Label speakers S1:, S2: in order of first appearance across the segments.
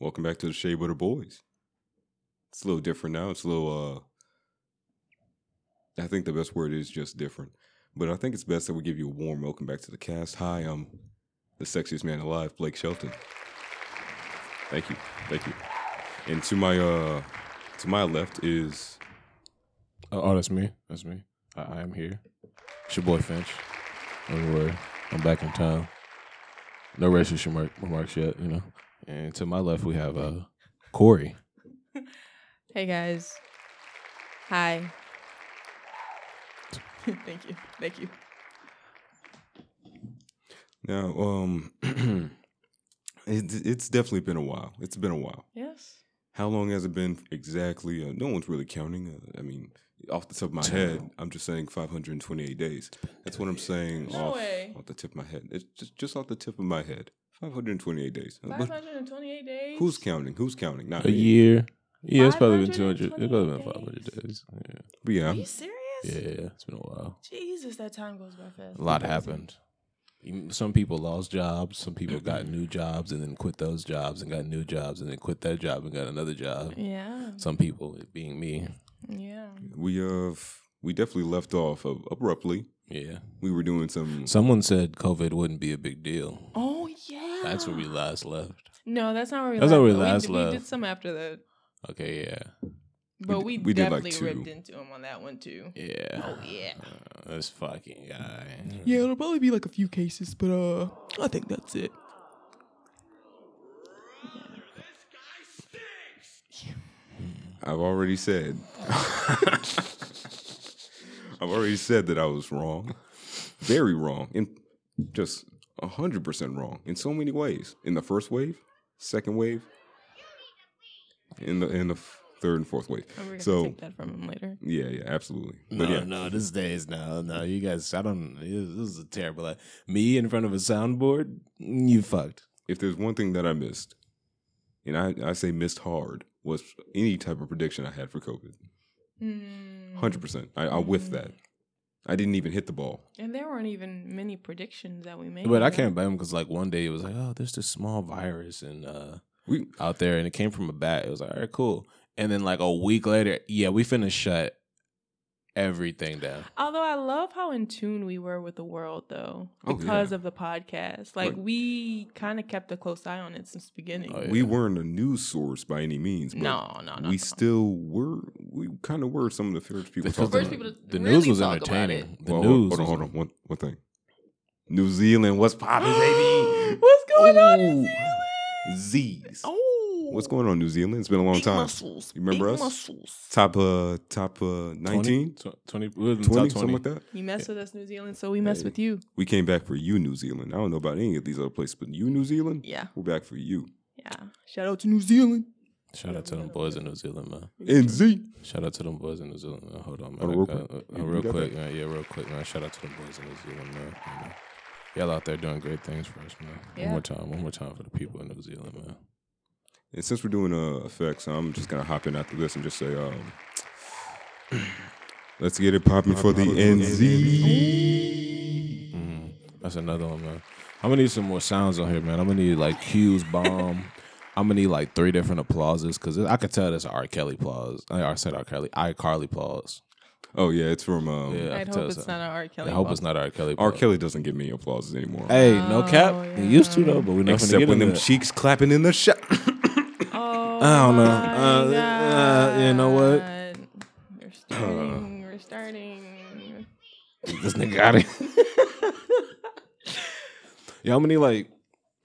S1: Welcome back to the Shea Butter Boys. It's a little different now. It's a little uh I think the best word is just different. But I think it's best that we give you a warm welcome back to the cast. Hi, I'm the sexiest man alive, Blake Shelton. Thank you. Thank you. And to my uh to my left is
S2: Uh, oh, that's me. That's me. I, I am here. It's your boy Finch. Don't worry. I'm back in town. No racist remar- remarks yet, you know. And to my left, we have uh, Corey.
S3: Hey guys. Hi. Thank you. Thank you.
S1: now um it, it's definitely been a while. It's been a while.
S3: Yes.
S1: How long has it been exactly? Uh, no one's really counting. Uh, I mean, off the top of my head, I'm just saying 528 days. That's what I'm saying
S3: No
S1: off,
S3: way.
S1: off the tip of my head. It's just, just off the tip of my head. 528 days. Uh, But
S3: 528 days.
S1: who's counting? Who's counting? Not
S2: A
S1: me.
S2: year. Yeah, it's probably been 200. It's
S3: 528
S2: probably been
S3: days.
S2: 500 days.
S1: But yeah,
S3: Are
S1: I'm-
S3: you serious?
S2: Yeah. yeah, it's been a while.
S3: Jesus, that time goes by fast.
S2: A lot happened. Even- Some people lost jobs. Some people got new jobs and then quit those jobs and got new jobs and then quit that job and got another job.
S3: Yeah.
S2: Some people, it being me.
S3: Yeah.
S1: we have we definitely left off uh, abruptly.
S2: Yeah.
S1: We were doing some.
S2: Someone said COVID wouldn't be a big deal.
S3: Oh yeah.
S2: That's where we last left.
S3: No, that's not where we
S2: That's not where we
S3: left.
S2: last
S3: we,
S2: left.
S3: did some after that.
S2: Okay, yeah.
S3: But we,
S1: d- we did, like,
S3: definitely
S1: two.
S3: ripped into him on that one too.
S2: Yeah.
S3: Oh, yeah.
S2: Uh, this fucking guy.
S3: Yeah, it'll probably be like a few cases, but uh I think that's it.
S1: I've already said. I've already said that I was wrong, very wrong, and just hundred percent wrong in so many ways. In the first wave, second wave, in the in the f- third and fourth wave.
S3: We're gonna
S1: So
S3: take that from him later.
S1: yeah, yeah, absolutely.
S2: No,
S1: But yeah,
S2: no, this days no, no. You guys, I don't. This is a terrible. i- me in front of a soundboard, you fucked.
S1: if there's one thing that I missed, and I I say missed hard was any type of prediction I had for COVID.
S3: Hmm.
S1: Hundred percent. I, I whiffed that. I didn't even hit the ball.
S3: And there weren't even many predictions that we made.
S2: But I
S3: right?
S2: can't blame him because, like, one day it was like, oh, there's this small virus and uh
S1: We
S2: out there, and it came from a bat. It was like, all right, cool. And then like a week later, yeah, we finna shut everything down.
S3: Although I love how in tune we were with the world, though,
S1: Oh,
S3: because
S1: yeah.
S3: of the podcast. Like,
S1: Like-
S3: we kind of kept a close eye on it since the beginning.
S2: Oh, yeah.
S1: we weren't a news source by any means. But
S3: No, no, no.
S1: we
S3: no.
S1: still were. We kind of were some of the first people.
S2: Because
S1: talking
S3: first
S1: about
S3: people
S1: it.
S3: to
S2: the
S3: really
S2: news was
S3: talk about it.
S2: entertaining. The
S1: Well, hold-
S2: news.
S1: Hold on,
S2: was-
S1: hold on. One, one thing. New Zealand, what's poppin', baby?
S3: What's going on? in
S1: Ooh,
S3: Zealand?
S1: Z's.
S3: Oh,
S1: What's going on, New Zealand? It's been a long
S3: Big
S1: time.
S3: Muscles,
S1: You remember
S3: big
S1: us?
S3: Muscles.
S1: Top uh, top uh,
S2: Mm,
S1: 19,
S2: 20, 20,
S1: 20, something like that.
S3: You mess with us, New Zealand, so we mess with you.
S1: We came back for you, New Zealand. I don't know about any of these other places, but you, New Zealand,
S3: Yeah,
S1: we're back for you.
S3: yeah. Shout out to New Zealand.
S2: Shout out to them boys in New Zealand, man.
S1: And Z.
S2: Shout out to them boys in New Zealand. Man. Hold on, man.
S1: Oh, real
S2: Uh,
S1: quick.
S2: uh, uh,
S1: You- you
S2: real
S1: got
S2: quick, man. Yeah, real quick, man. Shout out to them boys in New Zealand, man. You know, Y'all out there doing great things for us, man.
S3: Yeah.
S2: One more time, one more time for the people in New Zealand, man.
S1: And since we're doing uh, effects, I'm just gonna hop in after this and just say, um, let's get it popping for the NZ.
S2: Mm-hmm. That's another one, man. I'm gonna need some more sounds on here, man. I'm gonna need like Q's bomb. I'm gonna need like three different applauses because I could tell that's a R. Kelly applause. I I said R. Kelly, I Carly applause.
S1: Oh yeah, it's from um,
S2: Yeah, I
S3: I'd
S2: could
S3: hope
S2: tell uh,
S3: it's not an R. Kelly.
S2: I hope it's
S3: box.
S2: not R. Kelly.
S1: R.
S2: applause.
S1: Kelly doesn't give me applauses anymore,
S2: Hey, no cap.
S3: Oh,
S2: He used to
S3: yeah.
S2: though, but we're not gonna
S1: except
S2: get
S1: when
S2: into
S1: them
S2: that.
S1: cheeks clapping in the shot.
S3: Oh,
S2: I don't know.
S3: my
S2: Uh, uh, you know what?
S3: God. We're starting. We're starting.
S2: Uh. This nigga got it. yo, I'm gonna need like,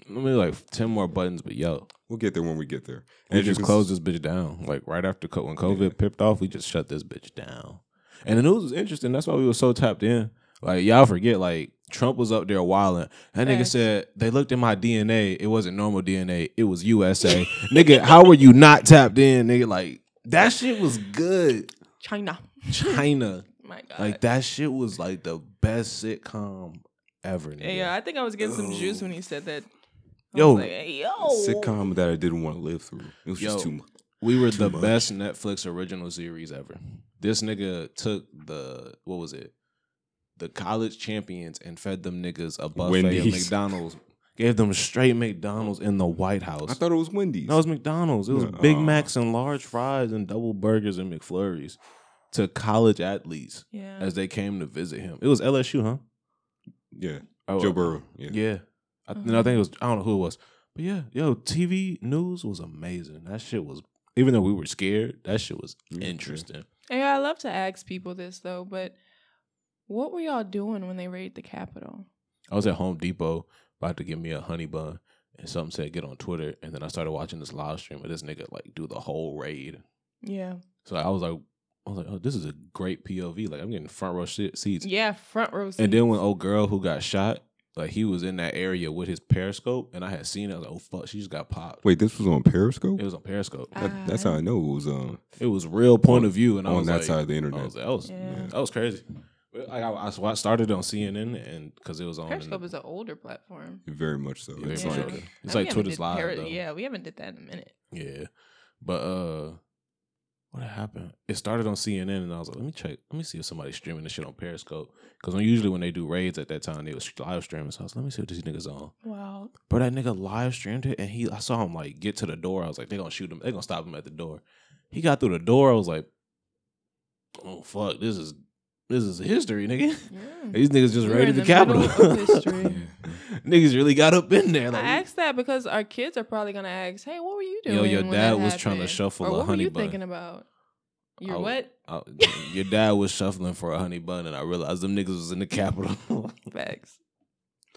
S2: I'm gonna need like ten more buttons. But yo,
S1: we'll get there when we get there.
S2: we
S1: As you
S2: just
S1: can
S2: closed
S1: s-
S2: this bitch down. Like right after co- when COVID pipped off, we just shut this bitch down. And the news was interesting. That's why we were so tapped in. Like y'all forget, like Trump was up there wilding. That nigga
S3: Facts.
S2: said they looked at my DNA. It wasn't normal DNA. It was USA. nigga, how were you not tapped in? Nigga, like that shit was good.
S3: China.
S2: China.
S3: My God.
S2: Like that shit was like the best sitcom ever.
S3: Yeah,
S2: Nigga.
S3: yeah, I think I was getting some juice when he said that. I
S2: Yo.
S3: was like, "Hey, yo,
S1: sitcom that I didn't want to live through. It was just
S2: Yo.
S1: too much.
S2: We were the best Netflix original series ever. This nigga took the what was it? The college champions and fed them niggas a buffet
S1: Wendy's.
S2: of McDonald's. Gave them straight McDonald's in the White House.
S1: I thought it was Wendy's.
S2: No, it was McDonald's. It was Big
S1: Nuh-uh.
S2: Macs and large fries and double burgers and McFlurries to college athletes
S3: Yeah.
S2: as they came to visit him. It was LSU, huh?
S1: yeah,
S2: Oh,
S1: Joe Burrow. Yeah.
S2: Yeah. I, no, I think it was, I don't know who it was. But yeah, yo, TV news was amazing. That shit was, even though we were scared, that shit was
S1: Yeah.
S2: interesting.
S3: Yeah, I love to ask people this though, but what were y'all doing when they raided the Capitol?
S2: I was at Home Depot about to get me a honey bun. And something said get on Twitter, and then I started watching this live stream of this nigga like do the whole raid.
S3: Yeah.
S2: So I was like, I was like, oh, this is a great POV. Like I'm getting front row shit, seats.
S3: Yeah, front row
S2: And then when old girl who got shot, like he was in that area with his periscope, and I had seen it. I was like, oh fuck, she just got popped.
S1: Wait, this was on Periscope.
S2: It was on periscope.
S1: That- that's how I know it was um,
S2: It was real point of view, and I
S1: on
S2: was
S1: that
S2: like,
S1: side of the internet.
S2: I was like, that was
S3: Yeah.
S2: that was crazy. Like I, I, so I started on CNN, and because it was on.
S3: Periscope is an older platform.
S1: Very much so.
S2: Yeah,
S1: It's
S2: very much
S1: like
S2: so.
S3: Yeah.
S2: It's
S3: And we
S2: like
S3: haven't
S2: Twitter's
S3: did
S2: live,
S3: par-
S2: though.
S3: Yeah, we haven't did that in a minute.
S2: Yeah, but uh, what happened? It started on CNN, and I was like, let me check, let me see if somebody's streaming this shit on Periscope, because usually when they do raids at that time, they was live streaming. So I was like, let me see what these niggas on.
S3: Wow.
S2: Bro, that nigga live streamed it, and he I saw him like get to the door. I was like, they gonna shoot him. They gonna stop him at the door. He got through the door. I was like, oh fuck, this is this is history, nigga.
S3: Yeah.
S2: These niggas just
S3: We're
S2: raided
S3: in
S2: the,
S3: the
S2: Capitol.
S3: middle of history.
S2: niggas really got up in there.
S3: I
S2: Like,
S3: asked that because our kids are probably gonna ask, "Hey, what were you doing?"
S2: Yo, your
S3: when
S2: dad
S3: that
S2: was trying to
S3: happened?"
S2: shuffle
S3: or
S2: a
S3: what
S2: honey
S3: were you
S2: bun. Oh.
S3: thinking about? Your
S2: I was-
S3: what?
S2: I- your dad was shuffling for a honey bun, and I realized them niggas was in the Capitol.
S3: Facts.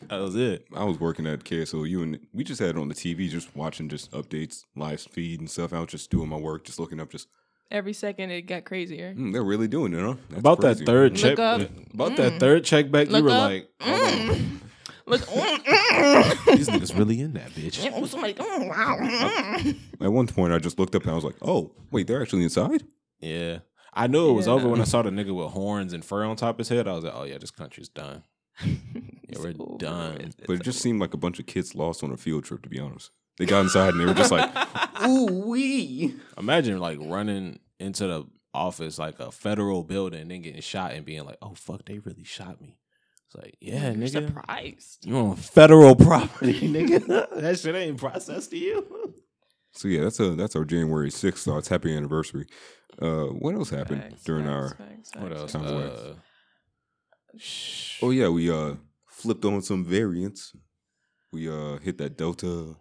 S2: that was it.
S1: I was working at KSOU and we just had it on the TV, just watching just updates, live feed and stuff. I was just doing my work, just looking up, just
S3: Every second it got crazier.
S1: mm, they're really doing it, huh? That's
S2: about
S1: crazy. Mm.
S2: that third
S3: Look
S2: check.
S3: up.
S2: About that
S3: Mm.
S2: third check back, you
S3: Look
S2: were
S3: up.
S2: like, hold on.
S3: Mm. Look, mm, mm.
S2: these niggas really in that bitch.
S3: Yeah, oh, somebody, mm, wow. mm.
S1: At one point, I just looked up and I was like, "Oh, wait, they're actually inside."
S2: Yeah. I knew it was
S3: Yeah.
S2: over when I saw the nigga with horns and fur on top of his head. I was like, oh yeah, this country's done. Yeah,
S3: It's
S2: we're
S3: over
S2: done.
S3: with.
S1: But it just seemed like a bunch of kids lost on a field trip. To be honest, they got inside and they were just like, "Ooh wee."
S2: Imagine like running into the office, like a federal building, and then getting shot and being like, oh fuck, they really shot me. It's like, yeah,
S3: You're
S2: nigga.
S3: surprised.
S2: You on federal property, nigga. that shit ain't processed to you.
S1: So yeah, that's a that's our January sixth thoughts. Happy anniversary. Uh, what else happened
S3: Facts,
S1: during
S3: facts,
S1: our?
S3: facts,
S2: What
S3: facts,
S2: else?
S1: Sounds
S3: facts.
S2: Uh, sh-
S1: Oh yeah, we uh flipped on some variants. We uh hit that Delta.
S2: oh,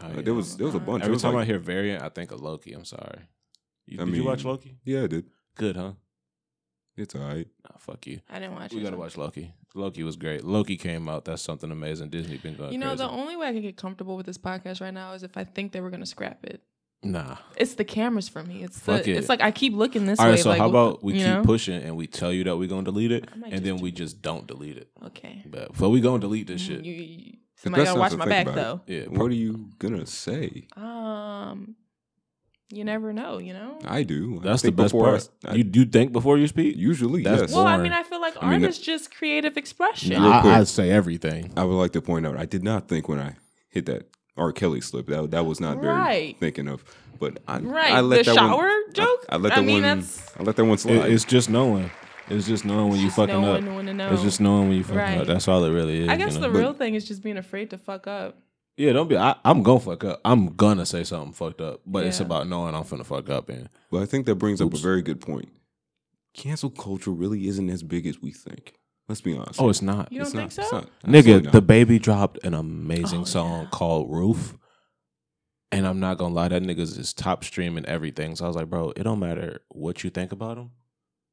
S1: Uh,
S2: yeah.
S1: There was there was a bunch. It
S2: Every
S1: was
S2: time
S1: like-
S2: I hear variant, I think of Loki. I'm sorry. You,
S1: I
S2: did you watch
S1: mean-
S2: Loki?
S1: yeah, I did.
S2: Good, huh?
S1: It's alright.
S2: Nah, fuck you.
S3: I didn't watch
S2: We
S3: it.
S2: gotta
S3: so-
S2: watch Loki. Loki was great. Loki came out. That's something amazing. Disney been going.
S3: You know,
S2: crazy.
S3: the only way I can get comfortable with this podcast right now is if I think they were gonna scrap it.
S2: nah.
S3: It's the cameras for me. It's
S2: Fuck
S3: the.
S2: it.
S3: It's like I keep looking this
S2: All
S3: way.
S2: right. So
S3: like,
S2: how about we
S3: you
S2: keep
S3: know?
S2: pushing and we tell you that we're gonna delete it,
S3: I might
S2: and
S3: just
S2: then
S3: do
S2: we
S3: it.
S2: just don't delete it.
S3: Okay. Mm,
S2: But but we gonna delete this
S3: You,
S2: shit.
S3: you, somebody
S1: best not
S3: gotta watch
S1: to
S3: my
S1: think
S3: back
S1: about
S3: though.
S2: Yeah. pro-
S1: What are you gonna say?
S3: Um, you never know. You know.
S1: I do. I
S2: That's the
S1: think
S2: best
S1: before I-
S2: part.
S1: I-
S2: you you think before you speak.
S1: usually
S2: That's
S1: yes.
S3: Well, I
S2: Warren.
S3: mean, I feel like
S1: I mean,
S3: art is just creative expression.
S1: Real quick.
S2: say everything.
S1: I would like to point out I did not think when I hit that R. Kelly slip that that was not very
S3: Right.
S1: thinking of. But I
S3: Right.
S1: I let
S3: the
S1: that one-
S3: shower joke?
S1: I, I let
S3: I
S1: that
S3: mean,
S1: one.
S3: that's-
S1: I let that one slide.
S2: It- it's just knowing. It's just knowing when you
S3: Just
S2: fucking
S3: no
S2: up.
S3: one wanna know.
S2: It's just knowing when you fucking
S3: Right.
S2: up. That's all it really is.
S3: I
S2: you
S3: guess
S2: know?
S3: the
S2: But-
S3: real thing is just being afraid to fuck up.
S2: Yeah, don't be. I, I'm gonna fuck up. I'm gonna say something fucked up, but it's
S3: Yeah.
S2: about knowing I'm finna fuck up. And
S1: but I think that brings up a very good point. Cancel culture really isn't as big as we think. Let's be honest.
S2: oh, it's not.
S3: You don't
S1: it's
S3: think
S1: not,
S3: so?
S1: It's not. Absolutely
S2: Nigga,
S1: not.
S2: the baby dropped an amazing
S3: Oh,
S2: song
S3: yeah.
S2: called Roof. And I'm not gonna lie, that nigga's is top streaming everything. So I was like, bro, it don't matter what you think about him.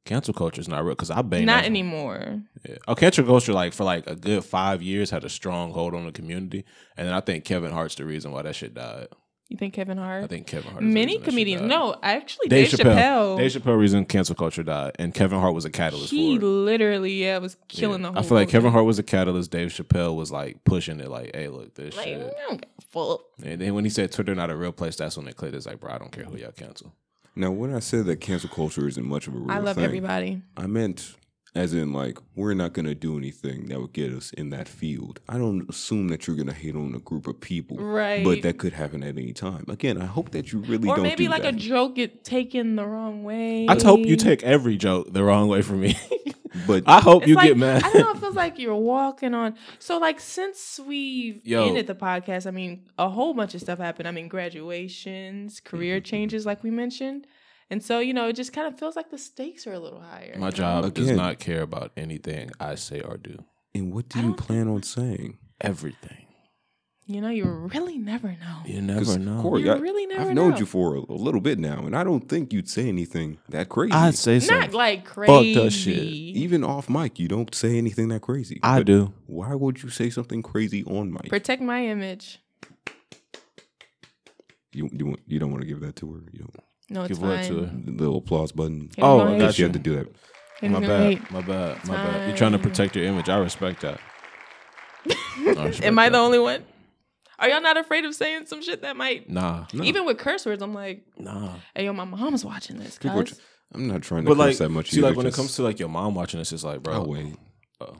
S2: Cancel culture is not real because I bang.
S3: Not
S2: that-
S3: anymore.
S2: Yeah. Oh, cancel culture like for like a good five years had a strong hold on the community, and then I think Kevin Hart's the reason why that shit died.
S3: You think Kevin Hart?
S2: I think Kevin Hart. is the
S3: Many
S2: reason that shit
S3: comedians.
S2: died.
S3: No, actually,
S2: Dave,
S3: Dave,
S2: Chappelle.
S3: Chappelle.
S2: Dave Chappelle reason cancel culture died, and Kevin Hart was a catalyst.
S3: he
S2: for it.
S3: literally yeah was killing
S2: Yeah.
S3: the whole.
S2: I feel like Kevin
S3: movement.
S2: Hart was a catalyst. Dave Chappelle was like pushing it, like, "Hey, look, this
S3: Like,
S2: shit."
S3: I don't give a fuck.
S2: And then when he said Twitter not a real place, that's when it clicked. It's like, bro, I don't care who y'all cancel.
S1: Now, when I said that cancel culture isn't much of a real
S3: I love
S1: thing,
S3: everybody.
S1: I meant as in like we're not gonna do anything that would get us in that field. I don't assume that you're gonna hate on a group of people,
S3: Right.
S1: But that could happen at any time. Again, I hope that you really
S3: Or
S1: don't.
S3: maybe
S1: do
S3: like
S1: that.
S3: a joke get taken the wrong way.
S2: I hope you take every joke the wrong way for me.
S1: But
S2: I hope
S3: It's
S2: you
S3: like,
S2: get mad.
S3: I don't know. It feels like you're walking on. So like since we've
S2: Yo.
S3: ended the podcast, I mean, a whole bunch of stuff happened. I mean, graduations, career
S2: Mm-hmm.
S3: changes, like we mentioned, and so you know, it just kind of feels like the stakes are a little higher.
S2: My job does
S1: Again.
S2: not care about anything I say or do.
S1: and what do
S3: I
S1: you
S3: don't
S1: plan on saying?
S2: Everything.
S3: You know, you really never know.
S2: You
S1: 'Cause,
S2: never know.
S1: Corey,
S3: You
S1: I,
S3: really never
S1: I've known
S3: know.
S1: you for a, a little bit now, and I don't think you'd say anything that crazy.
S2: I'd say something.
S3: Not like
S2: Fuck
S3: crazy.
S2: that shit. E-
S1: Even off mic, you don't say anything that crazy.
S2: I
S1: But
S2: do.
S1: Why would you say something crazy on mic?
S3: Protect my image.
S1: you, you want- you don't want to give that to her. You don't.
S3: No, it's
S2: Give
S3: fine.
S2: what to her?
S1: The little applause button.
S3: Hit him
S2: Oh,
S3: on
S2: I
S3: hate.
S2: got
S1: Yes, you have to
S2: you.
S1: do that.
S3: Hit him
S2: My
S3: on
S2: bad.
S3: hate.
S2: My bad. My bad. You're trying to
S3: Fine.
S2: protect your image. I respect that. I respect
S3: Am I the
S2: that.
S3: only one? Are y'all not afraid of saying some shit that might?
S2: Nah.
S1: No.
S3: Even with curse words, I'm like,
S2: Nah.
S3: hey, yo, my mom's watching this.
S1: People are
S3: cuz."
S1: tr- I'm not trying to
S2: But
S1: curse
S2: like,
S1: that much.
S2: see,
S1: either,
S2: like when it
S1: just-
S2: comes to Oh. like your mom watching this, it's like, bro.
S1: I'll wait.
S2: uh-oh.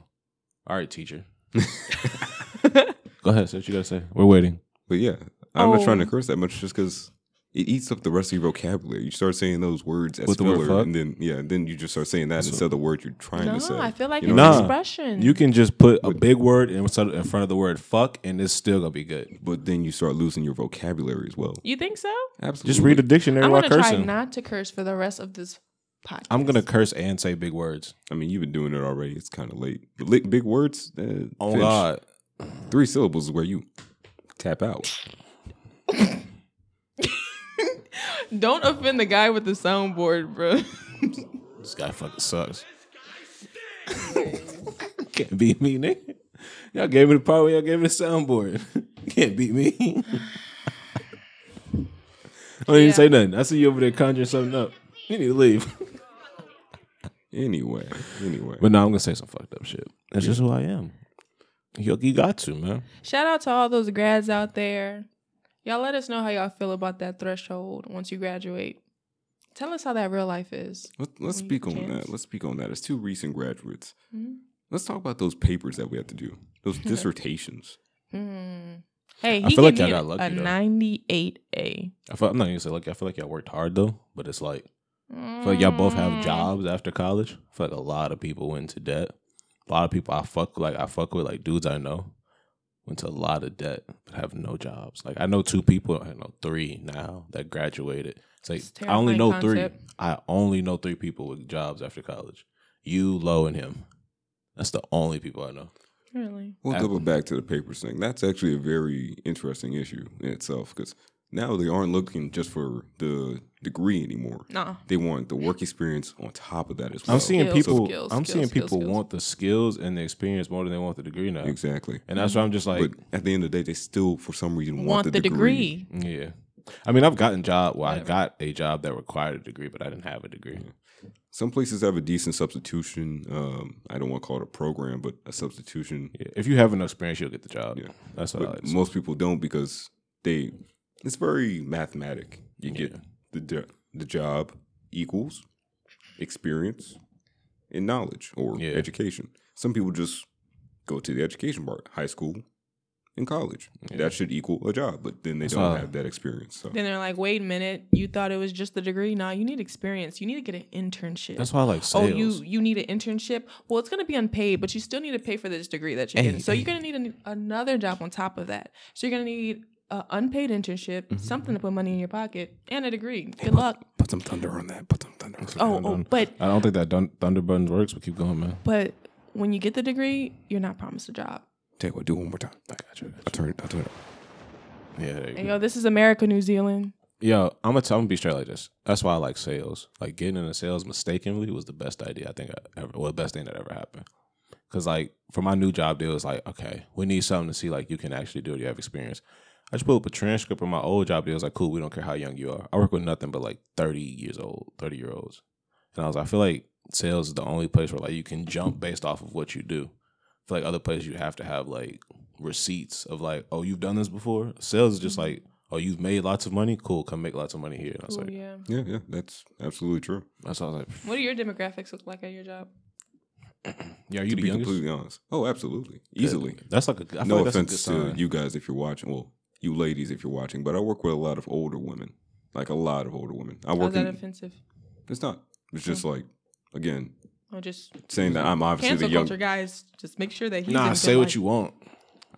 S2: All right, teacher. Go ahead. Say what you gotta say. We're waiting.
S1: But yeah, I'm not trying to
S3: Oh.
S1: curse that much just because it eats up the rest of your vocabulary. You start saying those words as
S2: With the word
S1: filler,
S2: fuck?
S1: and then yeah, then you just start saying that
S2: So-
S1: instead of the word you're trying
S3: no,
S1: to say.
S3: I feel like
S1: You
S3: it's
S2: know what I
S3: an
S2: mean?
S3: expression.
S2: You can just put a big word in front in front of the word "fuck" and it's still gonna be good.
S1: but then you start losing your vocabulary as well.
S3: You think so?
S1: Absolutely.
S2: Just read a dictionary
S3: I'm
S2: while
S3: gonna try
S2: cursing.
S3: not to curse for the rest of this podcast.
S2: I'm gonna curse and say big words.
S1: I mean, you've been doing it already. It's kind of late. But li- big words. Uh,
S2: Oh
S1: Finch,
S2: God.
S1: Three syllables is where you tap out.
S3: Don't offend the guy with the soundboard, bro.
S2: This guy fucking sucks. Can't beat me, nigga. Y'all gave me the power. Y'all gave me the soundboard. Can't beat me. I don't even say nothing. I see you over there conjuring something up. You need to leave.
S1: Anyway, anyway.
S2: But no, I'm gonna say some fucked up shit. That's just who I am. You, you got to, man.
S3: Shout out to all those grads out there. Y'all let us know how y'all feel about that threshold once you graduate. Tell us how that real life is.
S1: Let, let's
S3: Any
S1: speak on
S3: chance?
S1: that. Let's speak on that. As two recent graduates,
S2: Hmm?
S3: Mhm.
S1: let's talk about those papers that we have to do. Those dissertations.
S3: Hmm. Hey,
S2: I
S3: he
S2: feel like
S3: gave
S2: y'all
S3: me
S2: got lucky,
S3: a
S2: though.
S3: 98A.
S2: I feel, I'm not gonna say lucky. I feel like y'all worked hard though, but it's like I feel like y'all both
S3: Mm,
S2: have jobs after college. I feel like a lot of people went into debt. A lot of people I fuck like I fuck with like dudes I know went to a lot of debt but have no jobs. Like I know two people, I know three now that graduated. It's like
S3: It's a
S2: I only
S3: terrifying
S2: know
S3: concept.
S2: three. I only know three people with jobs after college. You, Low, and him. That's the only people I know.
S3: Really?
S1: We'll
S2: Ab-
S1: double back to the papers thing. That's actually a very interesting issue in itself because now they aren't looking just for the degree anymore.
S3: Nah.
S1: They want the work experience on top of that as well.
S2: I'm seeing
S3: Skills,
S2: people.
S3: skills,
S2: I'm
S3: skills,
S2: seeing
S3: skills,
S2: people
S3: skills.
S2: want the skills and the experience more than they want the degree now,
S1: exactly.
S2: and that's why I'm just like,
S1: but at the end of the day, they still, for some reason, want,
S3: Want the degree.
S2: yeah. I mean, I've gotten job. Well, I got a job that required a degree, but I didn't have a degree.
S1: Some places have a decent substitution. Um, I don't want to call it a program, but a substitution.
S2: Yeah. If you have enough experience, you'll get the job.
S1: Yeah.
S2: That's what I
S1: But
S2: like. to say.
S1: most people don't because they. It's very mathematic. You get the jo- the job equals experience and knowledge or
S2: Yeah.
S1: education. Some people just go to the education part, high school and college. That should equal a job, but then they
S2: all.
S1: don't have that experience. So
S3: Then they're like, wait a minute, you thought it was just the degree? Nah, you need experience. You need to get an internship.
S2: That's why I like
S3: Oh,
S2: sales.
S3: you you need an internship. Well, it's gonna be unpaid, but you still need to pay for this degree that you're
S2: Hey,
S3: getting. So
S2: hey.
S3: you're gonna need an, another job on top of that. So you're gonna need an unpaid internship,
S2: Mm-hmm.
S3: something to put money in your pocket, and a degree. Good luck.
S1: put some thunder on that. Put some thunder. On
S3: Oh, oh, but
S2: I don't think that dun- thunder button works. But keep going, man.
S3: but when you get the degree, you're not promised a job.
S1: Take what? Do it one more time. I got you. I'll turn it. I'll turn it.
S2: Yeah. There you go.
S3: And yo, this is America, New Zealand.
S2: Yo, I'm gonna, t- I'm gonna be straight like this. That's why I like sales. Like getting into sales mistakenly was the best idea I think I ever, well, the best thing that ever happened. Cause like for my new job deal, it's like okay, we need something to see like you can actually do it. You have experience. I just put up a transcript of my old job deal. It's like cool. We don't care how young you are. I work with nothing but like 30 years old, 30 year olds. And I was, like, I feel like sales is the only place where like you can jump based off of what you do. I feel like other places you have to have like receipts of like, oh, you've done this before. Sales is
S1: Mm-hmm.
S2: just like, oh, you've made lots of money. Cool, come make lots of money here. And I was
S3: Ooh,
S2: like,
S3: yeah.
S1: Yeah, yeah, that's absolutely true.
S2: that's why I was like,
S3: What do your demographics look like at your job?
S2: yeah, are you
S1: to be
S2: the youngest?
S1: completely honest, oh, absolutely, easily.
S2: That's like a, I feel
S1: No
S2: like that's a good
S1: offense to
S2: sign.
S1: you guys if you're watching. Well, you ladies if you're watching, but I work with a lot of older women, like a lot of older women. I
S3: How's
S1: work.
S3: Oh, that
S1: In,
S3: offensive?
S1: it's not. It's just like again,
S3: Or just
S1: saying that I'm obviously
S3: cancel
S1: the young.
S3: culture, guys. Just make sure that he's in
S2: Nah,
S3: good
S2: say what
S3: light.
S2: you want.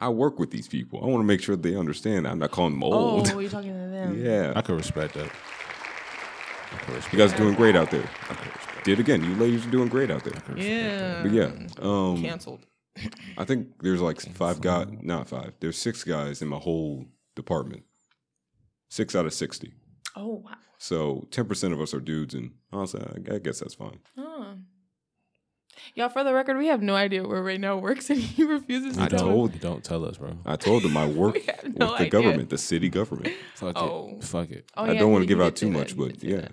S1: I work with these people. I want to make sure they understand. I'm not calling them
S3: Oh,
S1: old.
S3: you're talking to them.
S1: yeah,
S2: I could respect that. I could respect.
S1: you guys are doing great out there.
S2: I could respect.
S1: Did again. You ladies are doing great out there.
S3: Yeah.
S1: But yeah, um,
S3: Canceled.
S1: I think there's like five guys, not five. There's six guys in my whole department. Six out of sixty.
S3: Oh wow.
S1: So ten percent of us are dudes, and honestly, I- I guess that's fine.
S3: Huh. Y'all, for the record, we have no idea where Raynell works, and he refuses to
S1: I
S3: tell
S1: told-
S3: us.
S2: Don't, don't tell us, bro.
S1: I told them I work
S3: We have
S1: with
S3: no
S1: the
S3: idea.
S1: government, the city government.
S2: Fuck
S3: Oh.
S2: it. Fuck it.
S3: Oh,
S1: I
S3: yeah,
S1: don't want
S3: you
S1: to give
S3: did
S1: out
S3: say
S1: too
S3: that.
S1: much,
S3: You did
S1: but
S3: say
S1: yeah,
S3: that.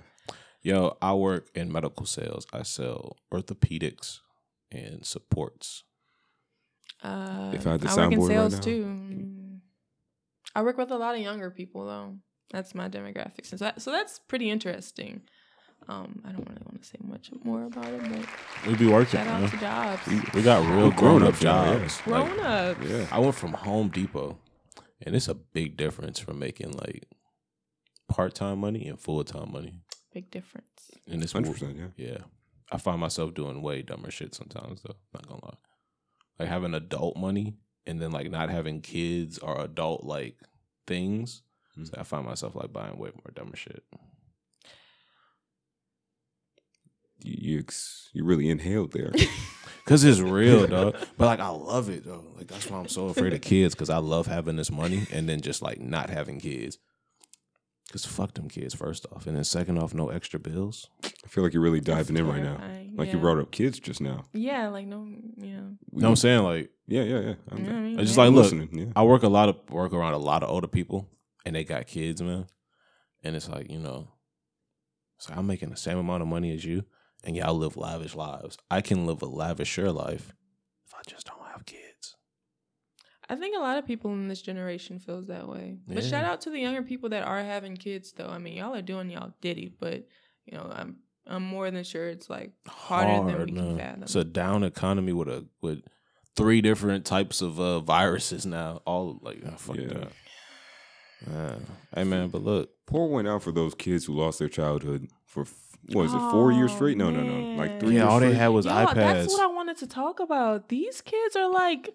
S2: Yo, I work in medical sales. I sell orthopedics and supports.
S3: Uh,
S1: If I had the
S3: work in
S1: soundboard right
S3: sales
S1: now.
S3: too. I work with a lot of younger people though. That's my demographics, and so, that, so that's pretty interesting. Um, I don't really want to say much more about it, but
S2: We be working,
S3: shout out
S2: man.
S3: to jobs,
S2: We got real grown up
S1: grown-ups now, yeah.
S2: jobs. Like,
S3: grown ups.
S1: yeah.
S2: I went from Home Depot, and it's a big difference from making like part time money and full time money.
S3: Big difference.
S2: And it's
S1: Hundred percent, yeah.
S2: Yeah. I find myself doing way dumber shit sometimes though, not gonna lie. Like having adult money and then like not having kids or adult like things.
S1: Mhm.
S2: So I find myself like buying way more dumber shit.
S1: You you, ex- you really inhaled there.
S2: Cause it's real, dog. But like I love it though. Like that's why I'm so afraid of kids, cause I love having this money and then just like not having kids. Cause fuck them kids first off. And then second off, no extra bills.
S1: I feel like you're really
S3: That's
S1: diving in right now.
S3: terrifying,
S1: Like
S3: yeah.
S1: you brought up kids just now.
S3: Yeah, like no, yeah.
S2: You know what I'm saying? Like
S1: Yeah, yeah, yeah.
S3: You know what I
S1: I'm,
S3: mean?
S2: I just
S3: Yeah.
S2: like
S1: I'm
S2: look,
S1: listening. Yeah.
S2: I work a lot of work around a lot of older people, and they got kids, man. And it's like you know, it's like I'm making the same amount of money as you, and y'all live lavish lives. I can live a lavisher life if I just don't have kids.
S3: I think a lot of people in this generation feels that way. But
S2: Yeah.
S3: shout out to the younger people that are having kids, though. I mean, y'all are doing y'all ditty, but you know, I'm I'm more than sure it's like harder than we can
S2: man.
S3: fathom.
S2: It's a down economy with a with three different types of uh, viruses now. All like oh, fuck
S1: Yeah.
S2: that. Yeah. Hey man, but look,
S1: Pour one out for those kids who lost their childhood for f- what is it? Four years
S3: Oh,
S1: straight? No, no, no.
S3: man.
S1: Like three.
S2: yeah,
S1: years
S2: all they
S1: straight?
S2: had was
S3: Y'all,
S2: iPads.
S3: That's what I wanted to talk about. These kids are like,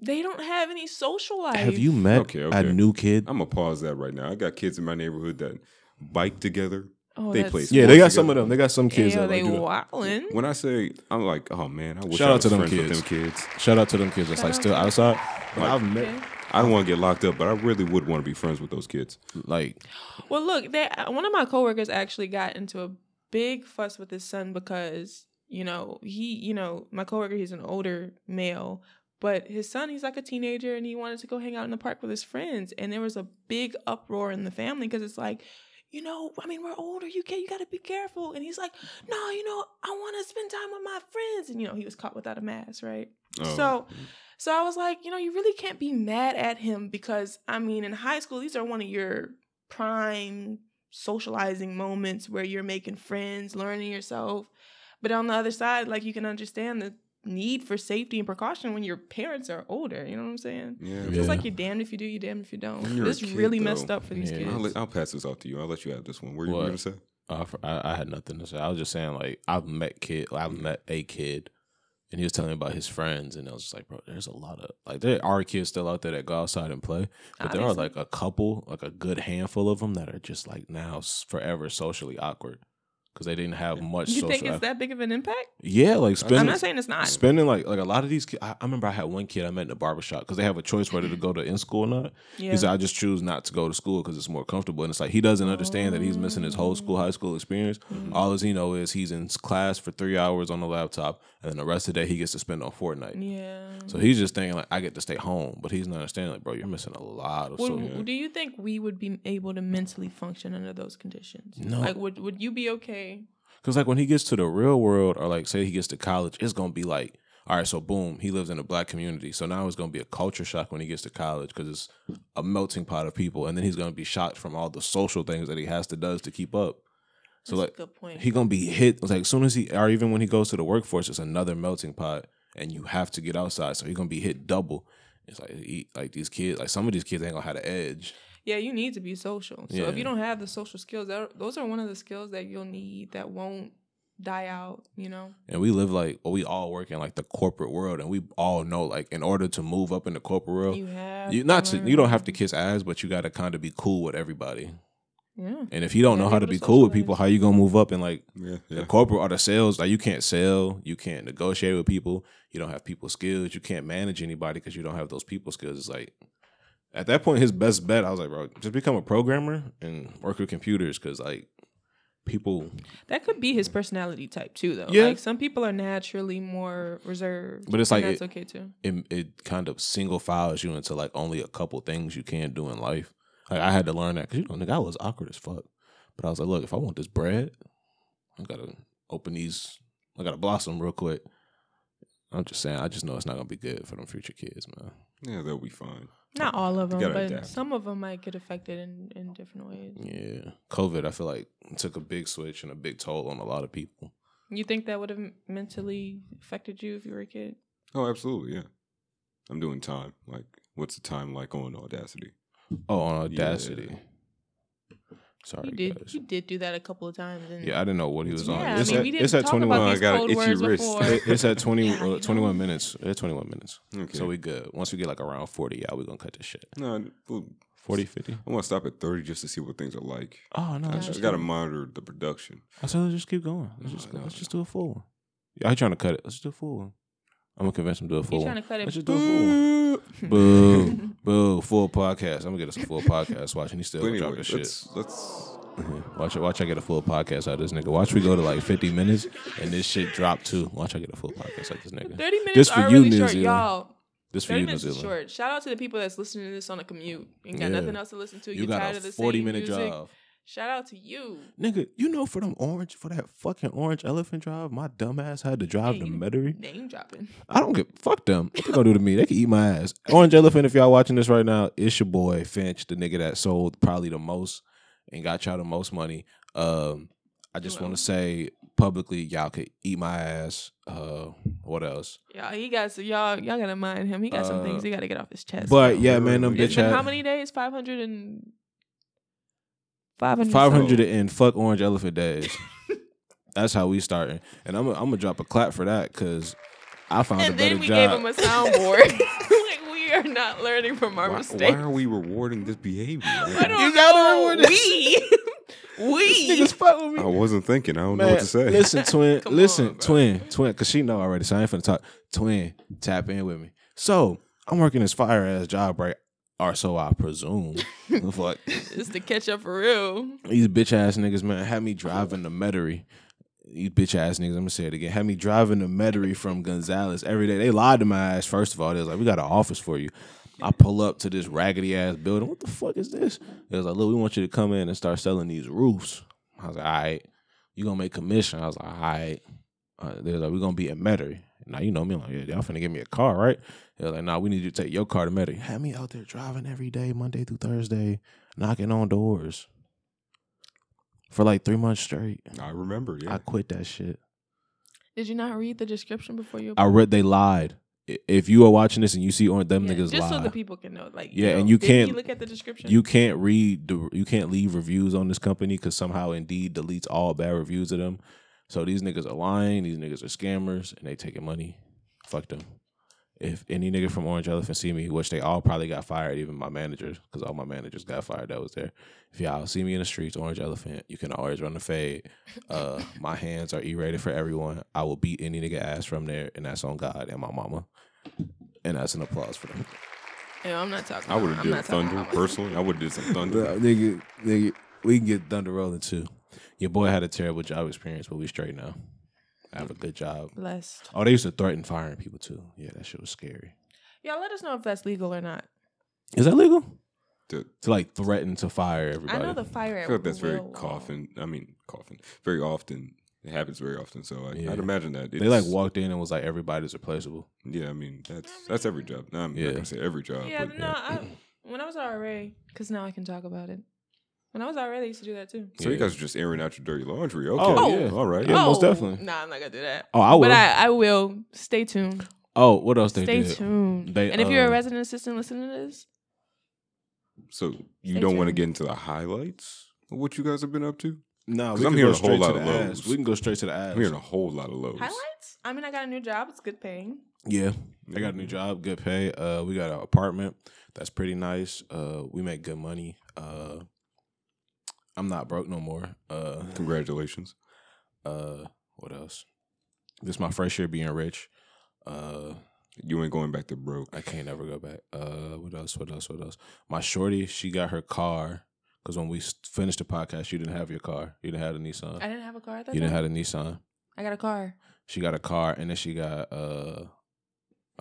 S3: they don't have any social life.
S2: have you met
S1: Okay,
S2: a
S1: okay.
S2: new kid?
S1: I'm gonna pause that right now. I got kids in my neighborhood that bike together.
S3: Oh,
S1: They
S3: that's-
S1: play-
S2: Yeah, they got some of them. They got some kids.
S3: Ayo,
S2: that, like,
S3: they
S2: do that.
S3: wildin'.
S1: When I say I'm like, oh man, I wish
S2: Shout
S1: I
S2: out
S1: was
S2: to them
S1: friends with
S2: kids.
S1: them kids.
S2: Shout out to them kids that's like still outside. But
S1: Like-
S2: I've
S3: Okay.
S2: met
S1: I don't want to get locked up, but I really would want to be friends with those kids.
S2: like
S3: Well, look, they, uh, one of my coworkers actually got into a big fuss with his son because you know he, you know, my coworker, he's an older male, but his son, he's like a teenager, and he wanted to go hang out in the park with his friends, and there was a big uproar in the family because it's like. You know, I mean, we're older. You can't. You got to be careful. And he's like, "No, you know, I want to spend time with my friends." And you know, he was caught without a mask, right?
S1: Oh,
S3: So- So I was like, you know, you really can't be mad at him because I mean, in high school, these are one of your prime socializing moments where you're making friends, learning yourself. But on the other side, like you can understand the need for safety and precaution when your parents are older. You know what I'm saying?
S1: yeah,
S3: It's
S2: Yeah.
S3: like you're damned if you do, you're damned if you don't.
S1: When you're a
S3: It's
S1: kid,
S3: really
S1: though,
S3: messed up for these
S2: yeah.
S1: I'll,
S3: kids.
S1: let, I'll pass this off to you. I'll let you have this one. What were
S2: What?
S1: you gonna say?
S2: I, uh, for- I I had nothing to say. I was just saying like I've met kid I've met a kid and he was telling me about his friends and I was just like, bro, there's a lot of like there are kids still out there that go outside and play. But there are like
S3: Obviously.
S2: a couple, like a good handful of them that are just like now s- forever socially awkward. Cause they didn't have much
S3: You
S2: social
S3: think it's
S2: act-
S3: that big of an impact?
S2: Yeah, like
S3: I'm
S2: spending
S3: not saying it's not.
S2: spending like like a lot of these kids I, I remember I had one kid I met in a barbershop because they have a choice whether to go to in school or not.
S3: yeah.
S2: He said, I just choose not to go to school because it's more comfortable. And it's like, he doesn't understand that he's missing his
S3: Oh.
S2: whole school, high school experience.
S3: Mm-hmm.
S2: All as he know is he's in class for three hours on the laptop, and then the rest of the day he gets to spend on Fortnite.
S3: yeah.
S2: So he's just thinking, like, I get to stay home. But he's not understanding, like, bro, you're missing a lot of
S3: Would,
S2: stuff.
S3: Do you think we would be able to mentally function under those conditions?
S2: No.
S3: Like, would would you be okay?
S2: Because, like, when he gets to the real world, or like, say he gets to college, it's going to be like, all right, so boom, he lives in a black community. So now it's going to be a culture shock when he gets to college because it's a melting pot of people. And then he's going to be shocked from all the social things that he has to does to keep up. So,
S3: That's
S2: like,
S3: a good point.
S2: he gonna be hit like as soon as he or even when he goes to the workforce it's another melting pot and you have to get outside so he gonna be hit double it's like he, like these kids like some of these kids ain't gonna have the edge
S3: yeah, you need to be social. So
S2: Yeah.
S3: if you don't have the social skills, that are, those are one of the skills that you'll need that won't die out, you know?
S2: and we live like well, we all work in like the corporate world and we all know like in order to move up in the corporate world you,
S3: you have
S2: not to you don't have to
S3: learn.
S2: kiss ass but you got to kind of be cool with everybody
S3: Yeah.
S2: and if you don't
S3: Yeah,
S2: know how
S3: people
S2: to
S3: to
S2: be cool with
S3: socialize.
S2: people how you gonna move up in like
S1: Yeah,
S2: the
S1: yeah.
S2: corporate or the sales like you can't sell you can't negotiate with people you don't have people skills you can't manage anybody because you don't have those people skills it's like at that point his best bet i was like bro just become a programmer and work with computers because like people
S3: That could be his personality type too though.
S2: Yeah.
S3: Like some people are naturally more reserved.
S2: But it's
S3: and
S2: like
S3: that's okay too.
S2: it, it kind of single files you into like only a couple things you can do in life. Like I had to learn that because you know, nigga, I was awkward as fuck. But I was like, look, if I want this bread, I gotta open these. I gotta blossom real quick. I'm just saying, I just know it's not gonna be good for them future kids, man.
S1: Yeah, that'll be fine.
S3: Not all of
S1: You
S3: them,
S1: gotta
S3: but
S1: adapt.
S3: some of them might get affected in, in different ways.
S2: Yeah, COVID, I feel like took a big switch and a big toll on a lot of people.
S3: You think that would have mentally affected you if you were a kid?
S1: Oh, absolutely, yeah. I'm doing time. Like, what's the time like on Audacity?
S2: Oh, on Audacity. Sorry,
S3: You did.
S2: guys.
S3: You did do that a couple of times. And
S2: Yeah, I didn't know what he was on.
S3: Yeah,
S2: It's
S3: I mean,
S2: at-
S3: we didn't
S2: it's at
S3: talk
S2: 21.
S3: about
S1: I
S3: these
S1: got an
S3: code
S1: itchy
S3: words
S1: wrist.
S3: before.
S2: It- it's at 20,
S3: Yeah, you
S2: uh,
S3: know.
S2: 21 minutes. It's 21 minutes.
S1: Okay.
S2: So we good. Once we get like around 40, yeah, we're going to cut this shit.
S1: no, well,
S2: 40, 50?
S1: I want to stop at 30 just to see what things are like.
S2: Oh, no.
S1: I
S3: Gotcha.
S1: just got to monitor the production.
S2: I said, let's just keep going. Let's
S1: No,
S2: just, go.
S1: no,
S2: let's
S1: no.
S2: just do a full one. Yeah, I trying to cut it. Let's do a full one. I'm going to convince him to do a
S3: you
S2: full
S3: trying
S2: one.
S3: to cut
S2: Let's
S3: it?
S2: just
S3: Mm,
S2: do a full one. Boo. Boo. Full podcast. I'm going to get us a full podcast. Watch, and he still
S1: But
S2: gonna
S1: anyway,
S2: drop this shit.
S1: let's, let's
S2: Watch, watch I get a full podcast out of this nigga. Watch we go to like 50 minutes and this shit drop too. Watch I get a full podcast out of this nigga.
S3: Thirty minutes
S2: This for
S3: are
S2: you,
S3: really
S2: New
S3: short,
S2: Zealand.
S3: y'all.
S2: This for
S3: Thirty
S2: you, New
S3: minutes is
S2: Zealand.
S3: short. Shout out to the people that's listening to this on a commute and got
S2: Yeah.
S3: nothing else to listen to.
S2: You
S3: You're
S2: got
S3: tired
S2: a
S3: of the
S2: 40
S3: same
S2: minute
S3: music.
S2: drive.
S3: Shout out to you.
S2: Nigga, you know for them orange for that fucking orange elephant drive, my dumb ass had to drive
S3: Hey,
S2: to
S3: you-
S2: Metairie.
S3: Name dropping.
S2: I don't give fuck them. What they gonna do to me? They can eat my ass. Orange elephant, if y'all watching this right now, it's your boy Finch, the nigga that sold probably the most and got y'all the most money. Um, I just
S3: Well.
S2: want to say publicly, y'all could eat my ass. Uh, what else?
S3: Y'all, he got some, y'all. Y'all gotta mind him. He got some
S2: Uh,
S3: things he gotta get off his chest.
S2: But yeah, man, them
S1: It's
S2: bitch
S3: it's been
S2: ass.
S3: how many days? Five hundred and five hundred.
S2: Five hundred and fuck Orange Elephant Days. That's how we starting, and I'm i I'm gonna drop a clap for that because I found a
S3: And
S2: better
S3: then we
S2: job.
S3: gave him a soundboard. like we are not learning from our
S1: why, why
S3: mistakes.
S1: are we rewarding this behavior?
S3: I don't
S2: You gotta
S3: know.
S2: reward us.
S3: We, we.
S2: Niggas fuck with
S1: I
S2: me.
S1: wasn't thinking. I don't know
S2: Man,
S1: what to say.
S2: Listen, twin.
S3: Come
S2: listen,
S3: on, bro.
S2: twin, twin. Cause she know already, so I ain't finna talk. Twin, tap in with me. So I'm working this fire ass job, right? Or so I presume. Fuck
S3: It's to catch up for real.
S2: these bitch ass niggas, man, had me driving to Metairie. These bitch ass niggas, I'm gonna say it again. Had me driving to Metairie from Gonzales every day. They lied to my ass. First of all, they was like, "We got an office for you." I pull up to this raggedy ass building. What the fuck is this? They was like, "Look, we want you to come in and start selling these roofs." I was like, "All right, you gonna make commission?" I was like, "All right." Uh, they was like, "We gonna be in Metairie." Now you know me, I'm like, "Yeah, y'all finna give me a car, right?" They was like, "Nah, we need you to take your car to Metairie." Had me out there driving every day, Monday through Thursday, knocking on doors for like three months straight.
S1: I remember. Yeah.
S2: I quit that shit.
S3: Did you not read the description before you?
S2: I read they lied. I- If you are watching this and you see on them
S3: Yeah,
S2: niggas
S3: Just so
S2: lie,
S3: the people can know, like
S2: Yeah,
S3: yo,
S2: and you
S3: did he
S2: can't-
S3: look at the description.
S2: you can't read the you can't leave reviews on this company because somehow Indeed deletes all bad reviews of them. So these niggas are lying. These niggas are scammers and they taking money. Fuck them. If any nigga from Orange Elephant see me, which they all probably got fired, even my managers, because all my managers got fired that was there. If y'all see me in the streets, Orange Elephant, you can always run the fade. Uh, my hands are E-rated for everyone. I will beat any nigga ass from there, and that's on God and my mama. And that's an applause for them.
S3: No, I'm not talking.
S1: I would have
S3: about-
S1: did
S3: I'm not talking
S1: thunder
S3: about-
S1: personally. I would have did some thunder.
S2: Well, uh, nigga, nigga, we can get Thunder rolling too. Your boy had a terrible job experience, but we straight now. I have a good job.
S3: Blessed.
S2: Oh, they used to threaten firing people too. Yeah, that shit was scary.
S3: Y'all, let us know if that's legal or not.
S2: Is that legal?
S1: To-
S2: To like threaten to fire everybody.
S3: I know the fire.
S1: I
S3: At
S1: feel like that's very
S3: will.
S1: coffin. I mean, coffin. Very often. It happens very often. So I,
S2: Yeah.
S1: I'd imagine that.
S2: they like walked in and was like, everybody's replaceable.
S1: Yeah, I mean, that's that's every job. No, I'm
S2: Yeah.
S1: not going to say every
S2: uh,
S1: job.
S3: Yeah,
S1: but
S3: no. I, when I was at RA, because now I can talk about it. When I was at RA, they used to do that too.
S1: So you
S2: Yeah.
S1: guys are just airing out your dirty laundry. Okay.
S2: Oh, yeah.
S1: All right.
S2: Yeah, most definitely.
S3: Nah, I'm not gonna do that.
S2: Oh, I will.
S3: But I, I will. Stay tuned.
S2: oh, what else they
S3: Stay
S2: did?
S3: tuned.
S2: They,
S3: and if you're a
S2: um,
S3: resident assistant listening to this,
S1: So you
S3: Stay
S1: don't want to
S3: tuned.
S1: get into the highlights of what you guys have been up to?
S2: Nah,
S1: 'Cause
S2: we
S1: I'm
S2: can
S1: hearing
S2: go
S1: a whole
S2: straight
S1: lot
S2: to the
S1: of
S2: abs.
S1: lows.
S2: We can go straight to the abs.
S1: I'm hearing a whole lot of lows.
S3: Highlights? I mean, I got a new job. It's good paying.
S2: Yeah. I got a new job, good pay. Uh, we got an apartment that's pretty nice. Uh, we make good money. Uh, I'm not broke no more. Uh,
S1: Congratulations.
S2: uh, what else? This is my first year being rich. Uh,
S1: You ain't going back to broke.
S2: I can't ever go back. Uh, what else? What else? What else? My shorty, she got her car because when we s- finished the podcast, you didn't have your car. You didn't have a Nissan.
S3: I didn't have a car at that
S2: Uh, you didn't
S3: time.
S2: have a Nissan.
S3: I got a car.
S2: She got a car, and then she got uh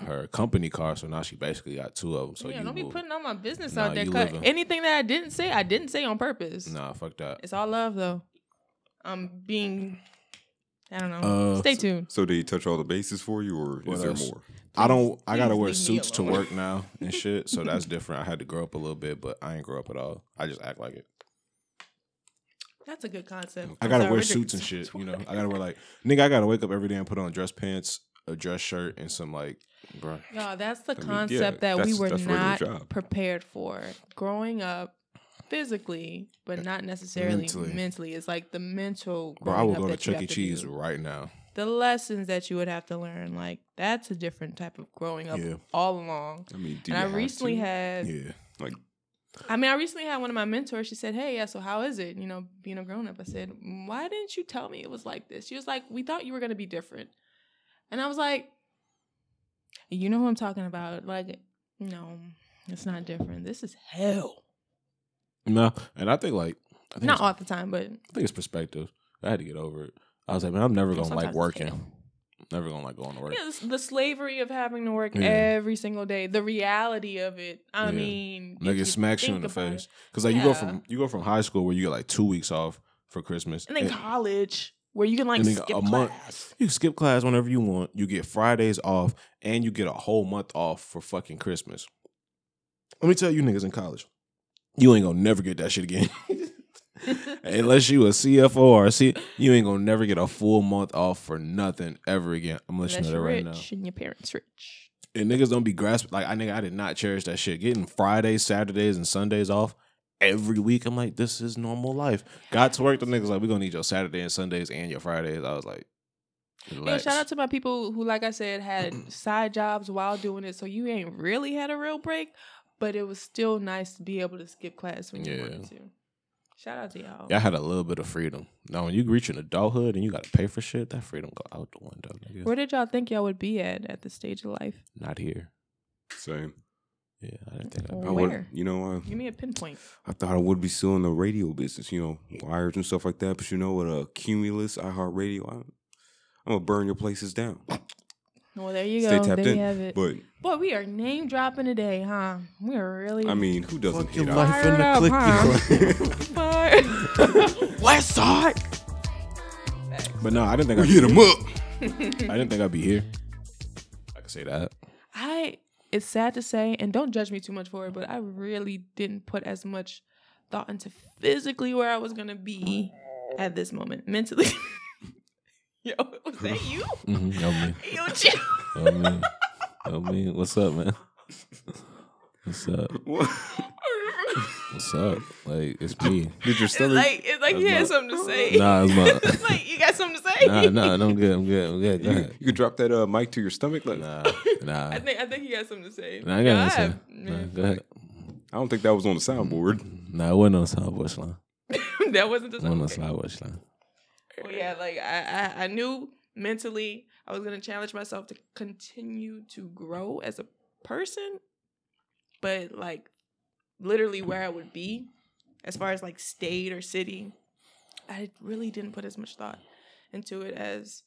S2: her company car. So now she basically got two of them. So
S3: yeah,
S2: you
S3: don't
S2: move.
S3: be putting all my business
S2: Nah,
S3: out there.
S2: you
S3: 'cause
S2: living.
S3: Anything that I didn't say, I didn't say on purpose.
S2: Nah, fuck that.
S3: It's all love, though. I'm being, I don't know.
S2: Uh,
S3: Stay tuned.
S1: So did he touch all the bases for you, or
S2: What
S1: is there
S2: else?
S1: more?
S2: I don't. I gotta
S3: please
S2: wear
S3: leave me
S2: suits to
S3: alone.
S2: work now and shit. So that's different. I had to grow up a little bit, but I ain't grow up at all. I just act like it.
S3: That's a good concept.
S2: I
S3: I'm
S2: gotta
S3: sorry,
S2: wear
S3: Richard-
S2: suits and shit. You know, I gotta wear like nigga. I gotta wake up every day and put on dress pants, a dress shirt, and some like, bro.
S3: Y'all, that's the
S1: mean, yeah,
S3: concept that we
S1: that's-
S3: were
S1: that's regular
S3: not
S1: job.
S3: prepared for growing up physically, but not necessarily
S2: Mentally.
S3: mentally. It's like the mental.
S2: Bro, I
S3: growing
S2: will
S3: up
S2: go to
S3: that you
S2: Chuck E.
S3: have to
S2: Cheese
S3: do.
S2: right now.
S3: The lessons that you would have to learn, like that's a different type of growing up
S2: Yeah.
S3: all along.
S1: I mean, do you
S3: And I
S1: have
S3: recently
S1: to?
S3: had,
S2: Yeah,
S1: like
S3: I mean, I recently had one of my mentors. She said, "Hey, yeah, so how is it? You know, being a grown up." I said, "Why didn't you tell me it was like this?" She was like, "We thought you were going to be different," and I was like, "You know who I'm talking about? Like, no, it's not different. This is hell.
S2: no, and I think like, I think,
S3: Not
S2: it's,
S3: all the time, but
S2: I think it's perspective. I had to get over it. I was like, man, I'm never gonna
S3: Sometimes
S2: like
S3: it's
S2: working.
S3: hell.
S2: Never gonna like going to work.
S3: yeah, this, the slavery of having to work
S2: Yeah.
S3: every single day, the reality of it. I
S2: Yeah.
S3: mean, if
S2: Nigga
S3: you
S2: smacks you in the
S3: think about it-
S2: face because like you go
S3: Yeah.
S2: from you go from high school where you get like two weeks off for Christmas,
S3: and then college where you can like
S2: and then
S3: skip
S2: a
S3: class.
S2: month- You can skip class whenever you want. You get Fridays off, and you get a whole month off for fucking Christmas. Let me tell you, niggas in college, you ain't gonna never get that shit again. Unless you a CFO or a C, you ain't gonna never get a full month off for nothing ever again. I'm gonna let you
S3: Unless
S2: know that
S3: you're
S2: right
S3: rich
S2: now.
S3: and your parents rich.
S2: And niggas don't be grasping. Like I nigga, I did not cherish that shit. Getting Fridays, Saturdays, and Sundays off every week. I'm like, this is normal life. Got to work. The niggas like, we gonna need your Saturday and Sundays and your Fridays. I was like,
S3: Yeah,
S2: relax.
S3: shout out to my people who, like I said, had side jobs while doing it. So you ain't really had a real break, but it was still nice to be able to skip class when
S2: Yeah.
S3: you wanted to. Shout out to y'all.
S2: Yeah, I had a little bit of freedom. Now, when you reach an adulthood and you gotta pay for shit, that freedom go out the window. Nigga.
S3: Where did y'all think y'all would be at at this stage of life?
S2: Not here.
S1: same.
S2: Yeah, I didn't think. I'd
S1: I
S2: be-
S3: Where?
S1: would, you know, I,
S3: Give me a pinpoint.
S1: I thought I would be still in the radio business, you know, wires and stuff like that. But you know what? A Cumulus, iHeartRadio, I, I'm gonna burn your places down.
S3: Well, there you
S1: Stay
S3: go.
S1: tapped
S3: There
S1: in.
S3: you have it.
S1: But
S3: Boy, we are name dropping today, huh? We are really.
S1: I mean, who doesn't
S2: Fuck your
S1: hate out?
S2: life. in
S3: fired
S2: the
S3: up,
S2: clicky
S3: huh?
S1: West side,
S2: But no, I didn't think
S1: we
S2: I'd
S1: hit
S2: be
S1: him
S2: here.
S1: up.
S2: I didn't think I'd be here. I can say that.
S3: I it's sad to say, and don't judge me too much for it, but I really didn't put as much thought into physically where I was gonna be at this moment. Mentally. Yo, was that you?
S2: Mm-hmm.
S3: Yo, chill.
S2: Oh man. Oh man. What's up, man? What's up?
S1: What?
S2: What's up? Like it's me.
S1: Did your
S3: it's
S1: stomach?
S3: like it's like you had something to say.
S2: Nah, it's my.
S3: it's like you got something to say.
S2: Nah, nah. No, I'm good. I'm good. I'm good. Go
S1: you,
S2: ahead.
S1: you could drop that uh, mic to your stomach. Like,
S2: Nah,
S3: I
S2: nah.
S3: think I think you got something to say.
S2: Nah, I got
S3: God,
S2: nothing. Nah,
S3: man.
S2: go ahead.
S1: I don't think that was on the soundboard.
S2: Nah, it wasn't on Soundwatch line.
S3: that wasn't
S2: It
S3: the
S2: wasn't on
S3: okay.
S2: Soundwatch line.
S3: Well, yeah, like I, I, I knew mentally I was gonna challenge myself to continue to grow as a person, but like literally where I would be, as far as like state or city, I really didn't put as much thought into it as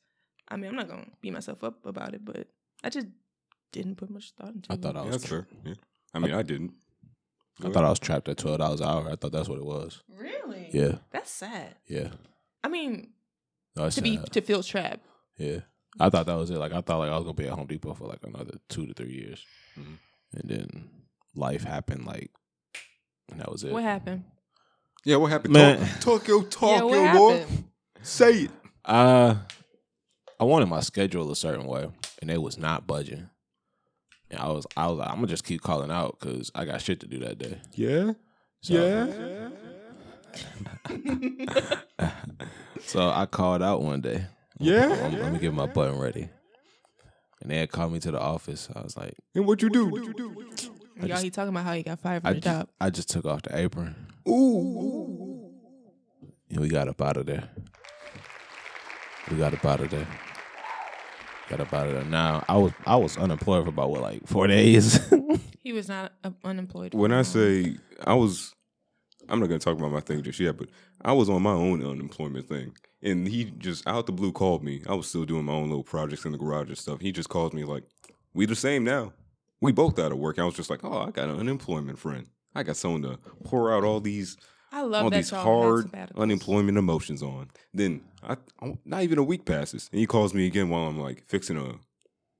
S3: I mean I'm not gonna beat myself up about it, but I just didn't put much thought into
S2: I
S3: it.
S2: thought I
S1: Yeah,
S2: was.
S1: that's fair. Yeah. I mean, I didn't.
S2: I thought I was trapped at twelve dollars an hour. I thought that's what it was.
S3: really
S2: Yeah,
S3: that's sad.
S2: yeah.
S3: I mean
S2: No, it's
S3: to be
S2: sad.
S3: to feel trapped.
S2: yeah. I thought that was it. Like I thought like I was gonna be at Home Depot for like another two to three years,
S1: Mhm.
S2: and then life happened. Like, and that was it.
S3: What happened?
S1: Yeah, what happened?
S2: Man.
S1: Talk, talk your talk,
S3: Yeah, what
S1: yo, boy.
S3: happened?
S1: Say it.
S2: Uh, I wanted my schedule a certain way, and they was not budging. And I was, I was, like, I'm gonna just keep calling out because I got shit to do that day.
S1: Yeah.
S2: So,
S1: yeah.
S2: so I called out one day.
S1: Yeah,
S2: Let me- let me
S1: yeah,
S2: get my
S1: yeah.
S2: button ready. And they had called me to the office. I was like,
S1: And what you do?
S3: Y'all, he talking about how he got fired from
S2: I
S3: the
S2: just,
S3: job.
S2: I just took off the apron
S1: Ooh, ooh.
S2: and we got up out of there. We got up out of there. Got up out of there. Now I was I was unemployed for about what like four days.
S3: He was not uh, unemployed. for
S1: When I
S3: long.
S1: say I was, I'm not gonna talk about my thing just yet, but I was on my own unemployment thing, and he just out the blue called me. I was still doing my own little projects in the garage and stuff. He just called me like, "We the same now. We both out of work." I was just like, "Oh, I got an unemployment friend. I got someone to pour out all these
S3: I love
S1: all
S3: that
S1: these
S3: y'all had
S1: hard
S3: sabbaticals.
S1: unemployment emotions on. Then I, I- not even a week passes, and he calls me again while I'm like fixing a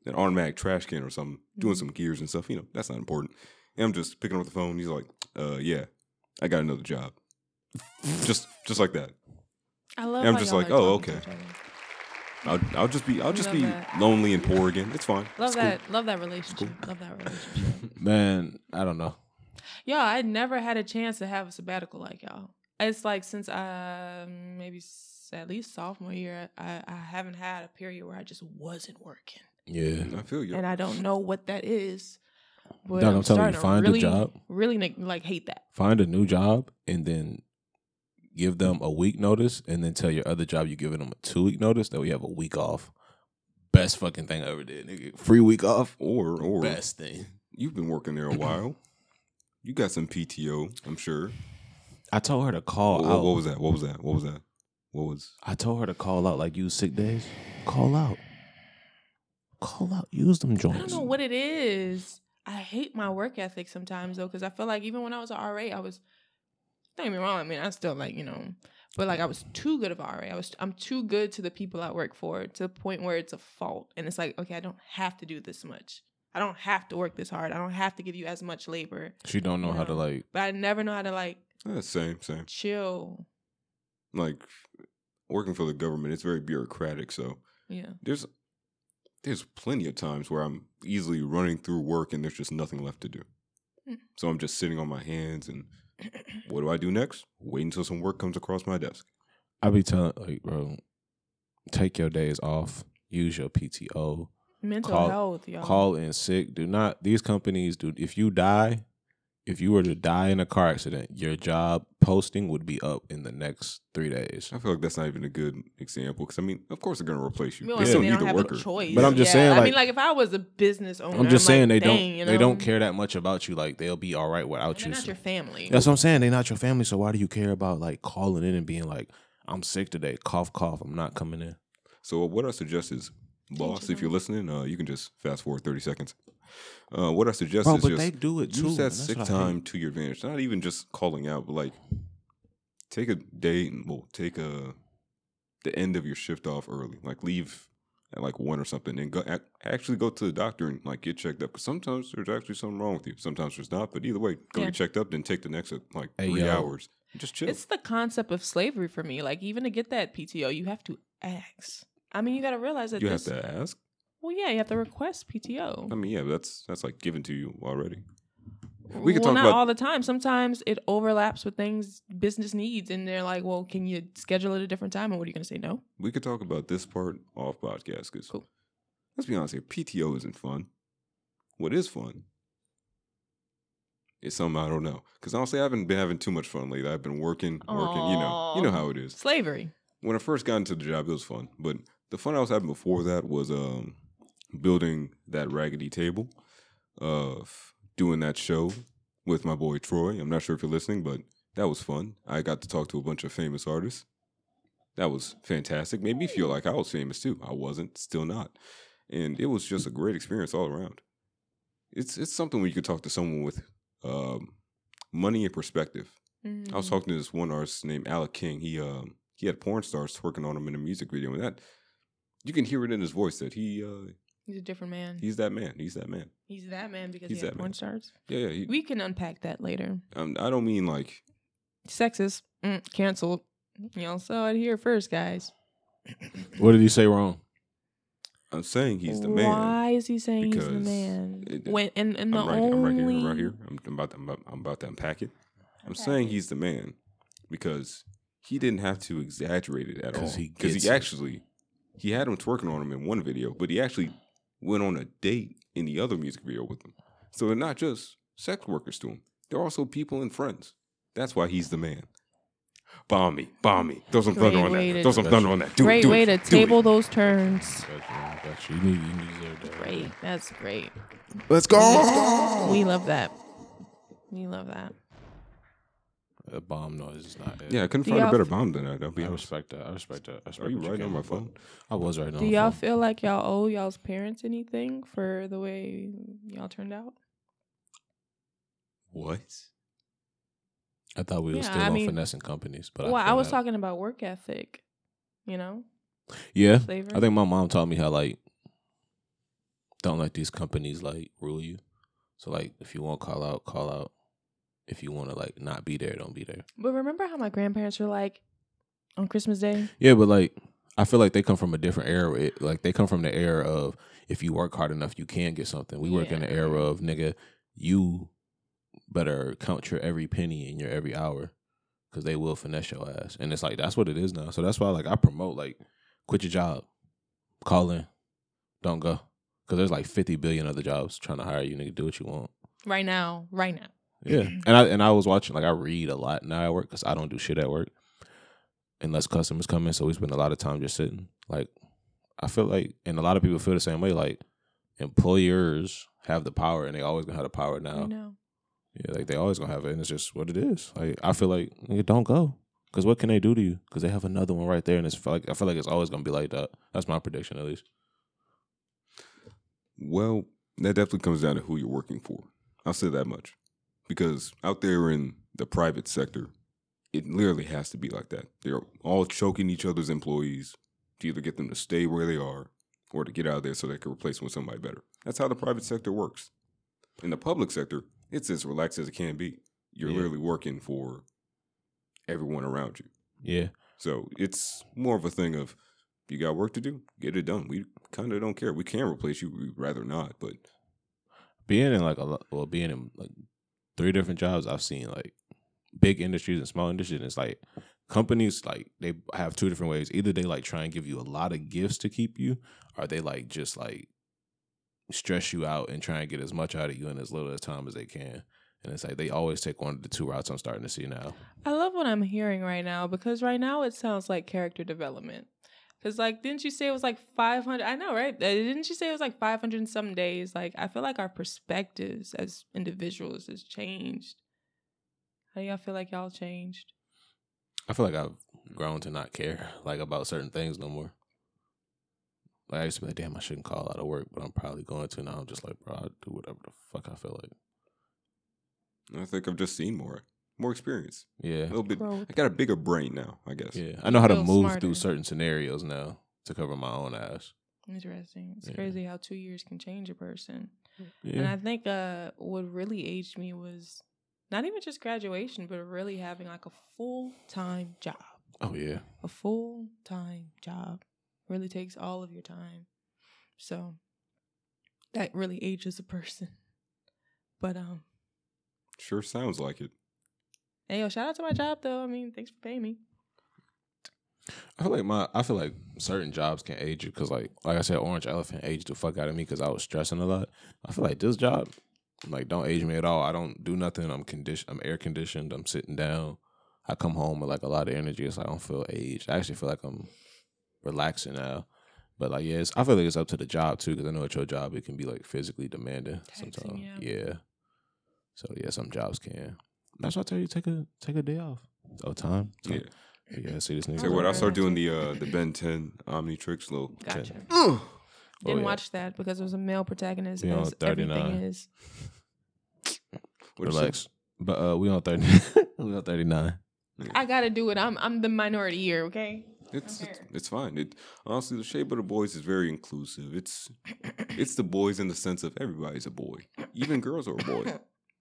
S1: an automatic trash can or something,
S3: Mm-hmm.
S1: doing some gears and stuff. You know, that's not important. And I'm just picking up the phone. He's like, "Uh, yeah, I got another job." just, just like that.
S3: I love.
S1: I'm
S3: how
S1: just
S3: y'all
S1: like,
S3: are
S1: oh,
S3: talking to
S1: okay.
S3: each other.
S1: I'll, I'll just be, I'll just
S3: Love
S1: be
S3: that.
S1: lonely and poor again. It's fine.
S3: Love
S1: It's cool.
S3: that. Love that relationship. Love that relationship.
S2: Man, I don't know.
S3: Y'all, I never had a chance to have a sabbatical like y'all. It's like since I maybe s- at least sophomore year, I, I haven't had a period where I just wasn't working,
S2: Yeah.
S1: I feel you.
S3: and I don't know what that is. But
S2: Dog,
S3: I'm,
S2: I'm telling you,
S3: starting to
S2: find a
S3: really,
S2: job.
S3: Really neg- like hate that.
S2: Find a new job and then give them a week notice and then tell your other job you're giving them a two week notice that we have a week off. Best fucking thing I ever did, nigga. Free week off.
S1: Or, or
S2: Best thing.
S1: you've been working there a while. You got some PTO, I'm sure.
S2: I told her to call
S1: Wha-
S2: out.
S1: what was that? What was that? What was that? What was?
S2: I told her to call out like use sick days. Call out. Call out. Use them
S3: I
S2: joints.
S3: don't know what it is. I hate my work ethic sometimes though, because I feel like even when I was a RA, I was. Don't get me wrong. I mean, I still like you know, but like I was too good of a RA. I was I'm too good to the people I work for to the point where it's a fault, and it's like okay, I don't have to do this much. I don't have to work this hard. I don't have to give you as much labor.
S2: She don't know how to
S3: No.
S2: like
S3: But I never know how to like
S1: Eh, same, same.
S3: chill.
S1: like working for the government it's very bureaucratic so
S3: Yeah.
S1: there's there's plenty of times where i'm easily running through work and there's just nothing left to do
S3: Hmm.
S1: so i'm just sitting on my hands and what do i do next wait until some work comes across my desk
S2: I be telling like bro, take your days off. Use your PTO.
S3: Mental
S2: Call-
S3: health, y'all.
S2: call in sick. Do not these companies do if you die, if you were to die in a car accident, your job posting would be up in the next three days.
S1: i feel like that's not even a good example because i mean of course they're going to replace you
S3: Well,
S1: they
S3: I
S1: still
S3: mean,
S1: need
S3: they don't
S1: the
S3: have
S1: worker
S3: a choice.
S2: But I'm just saying,
S3: I
S2: like-
S3: mean, like if I was a business owner,
S2: I'm just saying
S3: Oh, like,
S2: they don't
S3: dang, you
S2: they don't
S3: know?
S2: care that much about you. Like they'll be all right without
S3: They're
S2: you.
S3: not
S2: so-
S3: your family.
S2: That's what I'm saying. They're not your family, so why do you care about like calling in and being like, I'm sick today, cough, cough, I'm not coming in.
S1: So what I suggest is, boss,
S3: your
S1: if you're listening, uh, you can just fast forward thirty seconds. Uh, what I suggest
S2: Bro,
S1: is
S2: but
S1: just
S2: they do it too,
S1: use that
S2: and that's
S1: sick
S2: what I
S1: time to your advantage. Not even just calling out, but like take a day and well, take a the end of your shift off early. Like leave at like one or something, and go ac actually go to the doctor and like get checked up. 'Cause sometimes there's actually something wrong with you. Sometimes there's not. But either way, go
S3: Yeah.
S1: get checked up. Then take the next uh, like
S2: Hey,
S1: three
S2: yo.
S1: hours. and Just chill.
S3: It's the concept of slavery for me. Like even to get that PTO, you have to ask. I mean, you got to realize that
S1: you have
S3: this,
S1: to ask.
S3: Well, yeah, you have to request PTO.
S1: I mean, yeah, but that's that's like given to you already. we could
S3: well,
S1: talk
S3: not
S1: about-
S3: all the time. Sometimes it overlaps with things business needs, and they're like, "Well, can you schedule at a different time?" And what are you going to say? No.
S1: we could talk about this part off podcast because
S3: Cool.
S1: let's be honest here pto isn't fun what is fun is something i don't know because honestly i haven't been having too much fun lately i've been working working you know you know
S3: Aw.
S1: how it is
S3: Slavery.
S1: when i first got into the job it was fun but the fun i was having before that was um building that raggedy table of doing that show with my boy troy i'm not sure if you're listening but that was fun i got to talk to a bunch of famous artists that was fantastic. Made me feel like I was famous too. I wasn't, still not. And it was just a great experience all around. It's it's something where you could talk to someone with um, money and perspective.
S3: Mm-hmm.
S1: I was talking to this one artist named Alec King. He um he had porn stars twerking on him in a music video, and that you can hear it in his voice that he uh,
S3: He's a different man. He's,
S1: he's that man. He's that man.
S3: that man because
S1: he's
S3: he had
S1: that
S3: porn
S1: man.
S3: stars.
S1: Yeah, yeah. He,
S3: We can unpack that later.
S1: um, I don't mean like
S3: Sexist. Mm, canceled. Y'all saw it here first, guys.
S2: What did you say wrong?
S1: I'm saying he's the man.
S3: Why is he saying he's the
S1: Because
S3: man?
S1: it-
S3: when and, and the
S1: I'm right,
S3: only
S1: I'm right here. I'm right here. I'm, I'm about to, I'm, about, I'm about to unpack it. I'm saying he's the man because he didn't have to exaggerate it at all.
S2: 'Cause he
S1: Because he,
S2: gets it.
S1: actually he had him twerking on him in one video, but he actually went on a date in the other music video with him. So they're not just sex workers to him; they're also people and friends. That's why he's the man. Bomb me, bomb me. Throw some
S3: Great
S1: thunder on
S3: way
S1: that.
S3: to-
S1: Throw some thunder on that. Do it,
S3: great
S1: do
S3: way
S1: it,
S3: to
S1: do it.
S3: table those turns.
S2: Got you, got you. You need, you deserve that.
S3: Great. That's great.
S2: Let's go.
S3: We love that. We love that.
S2: A bomb noise is not it.
S1: Yeah, I couldn't
S3: Do
S1: find a
S3: y'all-
S1: better bomb than that. I'll be
S2: I
S1: honest.
S2: respect that. I respect that. I respect
S1: Are you
S2: what
S1: right
S2: came
S1: on my
S2: up with.
S1: phone?
S2: I was right on.
S3: Do
S2: my
S3: y'all
S2: phone.
S3: feel like y'all owe y'all's parents anything for the way y'all turned out?
S1: What?
S2: I thought we were
S3: Yeah,
S2: still
S3: I
S2: on
S3: mean-
S2: finessing companies, but
S3: well,
S2: I,
S3: I,
S2: feel
S3: was
S2: that-
S3: talking about work ethic, you know,
S2: Yeah,
S3: flavor.
S2: I think my mom taught me how like don't let these companies like rule you. So like, if you want call out, call out. If you want to like not be there, don't be there.
S3: but remember how my grandparents were like on Christmas Day?
S2: Yeah, but like I feel like they come from a different era. It, like they come from the era of if you work hard enough, you can get something. We work in the
S3: Yeah.
S2: era of nigga, you better count your every penny and your every hour because they will finesse your ass. And it's like that's what it is now. So that's why like I promote like quit your job, call in, don't go because there's like fifty billion other jobs trying to hire you. Nigga, do what you want.
S3: Right now, right now.
S2: Yeah, and I and I was watching like I read a lot now at work because I don't do shit at work unless customers come in. So we spend a lot of time just sitting. Like I feel like, and a lot of people feel the same way. Like employers have the power, and they always gonna have the power now.
S3: Right now.
S2: Yeah, like they always gonna have it, and it's just what it is. Like I feel like nigga, don't go because what can they do to you? Because they have another one right there, and it's like I feel like it's always gonna be like that. That's my prediction at least.
S1: Well, that definitely comes down to who you're working for. I'll say that much. Because out there in the private sector, it literally has to be like that. They're all choking each other's employees to either get them to stay where they are or to get out of there so they can replace them with somebody better. That's how the private sector works. In the public sector, it's as relaxed as it can be. You're
S2: Yeah.
S1: literally working for everyone around you.
S2: Yeah,
S1: So it's more of a thing of you got work to do, get it done. We kind of don't care. We can replace you. We'd rather not, but
S2: being in like a lo- well being in like three different jobs i've seen like big industries and small industries and it's like companies like they have two different ways either they like try and give you a lot of gifts to keep you or they like just like stress you out and try and get as much out of you in as little as time as they can and it's like they always take one of the two routes i'm starting to see now
S3: I love what I'm hearing right now because right now it sounds like character development. Cause like, didn't you say it was like 500? I know, right? Uh, Didn't you say it was like 500 and some days? Like, I feel like our perspectives as individuals has changed. How do y'all feel like y'all changed?
S2: i feel like i've grown to not care like about certain things no more like i used to be like damn i shouldn't call out of work but i'm probably going to now i'm just like bro i'll do whatever the fuck i feel like
S1: I think I've just seen more, more experience, a
S2: yeah
S1: little bit.
S3: Growth.
S1: I got a bigger brain now, I guess.
S2: Yeah, I know how to
S3: feel
S2: move
S3: smarter.
S2: through certain scenarios now to cover my own ass.
S3: Interesting. It's
S2: Yeah.
S3: crazy how two years can change a person. And I
S2: Yeah,
S3: think uh, what really aged me was not even just graduation, but really having like a full time job.
S2: oh yeah,
S3: A full time job really takes all of your time. So that really ages a person. But um,
S1: Sure sounds like it.
S3: hey, yo, shout out to my job though. I mean, thanks for paying me.
S2: I feel like my I feel like certain jobs can age you because like like I said, Orange Elephant aged the fuck out of me because I was stressing a lot. I feel like this job, like don't age me at all. I don't do nothing. I'm conditioned. I'm air conditioned. I'm sitting down. I come home with like a lot of energy. It's like I don't feel aged. I actually feel like I'm relaxing now. But like yeah, it's, I feel like it's up to the job too because I know at your job it can be like physically demanding
S3: Taxing,
S2: sometimes.
S3: yeah.
S2: yeah. So yeah, some jobs can. That's why I tell you take a take a day off. Oh, time.
S1: Yeah.
S2: Time. Yeah. See this nigga.
S1: Tell you what, I
S3: Alright.
S1: start doing the uh, the Ben Ten Omni tricks little.
S3: Gotcha.
S1: Ugh.
S3: Didn't
S2: yeah.
S3: watch that because it was a male protagonist.
S2: We on
S3: as
S2: 39.
S3: everything is.
S1: What is
S2: Relax. But uh, we on thirty. we on thirty nine.
S3: I gotta do it. I'm I'm the minority here. Okay.
S1: it? It's, it's
S3: Okay.
S1: it's fine. It honestly, the shape of the boys is very inclusive. It's it's the boys in the sense of everybody's a boy. Even girls are a boy.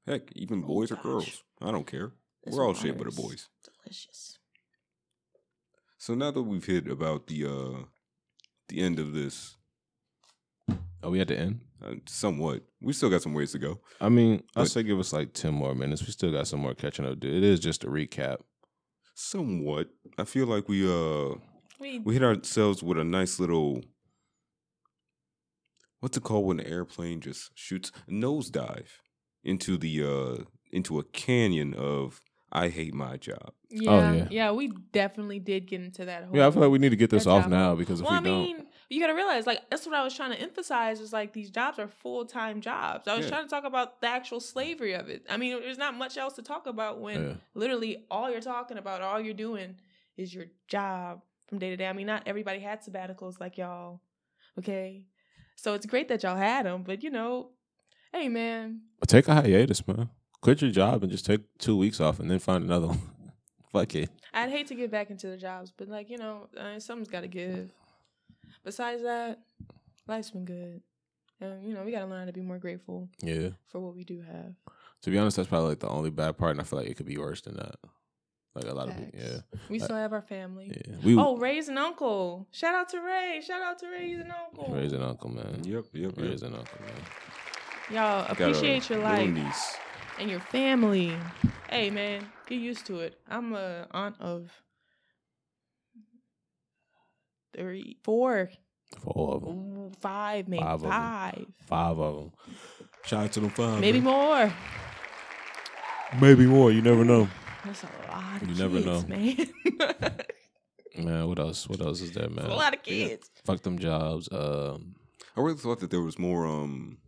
S1: Heck, even
S3: Oh,
S1: boys are
S3: gosh.
S1: girls. I don't care.
S3: This
S1: We're all
S3: water
S1: shaped by the
S3: is
S1: boys.
S3: Delicious.
S1: So now that we've hit about the uh the end of this,
S2: Are we at the end?
S1: uh, somewhat, we still got some ways to go.
S2: I mean, I
S1: But-
S2: say give us like ten more minutes. We still got some more catching up. to do. It is just a recap.
S1: Somewhat. I feel like we uh
S3: We,
S1: we hit ourselves with a nice little what's it called when an airplane just shoots nosedive into the uh into a canyon of I hate my job.
S3: yeah,
S2: yeah.
S3: yeah, we definitely did get into that whole
S2: Yeah, I feel like we need to get this
S3: That's
S2: off
S3: how-
S2: now because if
S3: well,
S2: we
S3: I mean,
S2: don't,
S3: you got to realize, like, that's what I was trying to emphasize is like these jobs are full time jobs. I was
S1: Yeah.
S3: trying to talk about the actual slavery of it. I mean, there's not much else to talk about when
S2: yeah.
S3: literally all you're talking about, all you're doing is your job from day to day. I mean, not everybody had sabbaticals like y'all, okay? So it's great that y'all had them, but you know, hey man,
S2: take a hiatus, man. Quit your job and just take two weeks off and then find another one. Fuck it.
S3: I'd hate to get back into the jobs, but like, you know, uh, something's got to give. Besides that, life's been good. And, you know, we got to learn how to be more grateful
S2: Yeah.
S3: for what we do have.
S2: To be honest, that's probably like the only bad part, and I feel like it could be worse than that. Like a lot of people. Yeah.
S3: Facts. We still have our family.
S2: Yeah. We
S3: Oh, Ray's an uncle. Shout out to Ray. Shout out to Ray. He's an uncle.
S2: raise an uncle,
S3: Mm.
S2: man.
S1: Yep, yep,
S2: Raise an uncle, man.
S3: Y'all
S1: Got a
S3: appreciate your
S1: little
S3: life
S1: niece.
S3: and your family. Hey, man, get used to it. I'm a aunt of three, four,
S2: Four of them.
S3: five, maybe
S2: Five of 'em.
S3: five,
S2: Five of them. Shout out to them five.
S3: maybe more.
S2: Maybe more. You never know.
S3: That's a lot of
S2: You
S3: kids,
S2: never know.
S3: man.
S2: Man, what else? What else is there, man?
S3: a lot of kids.
S2: Fuck them jobs. Um,
S1: I really thought that there was more. Um,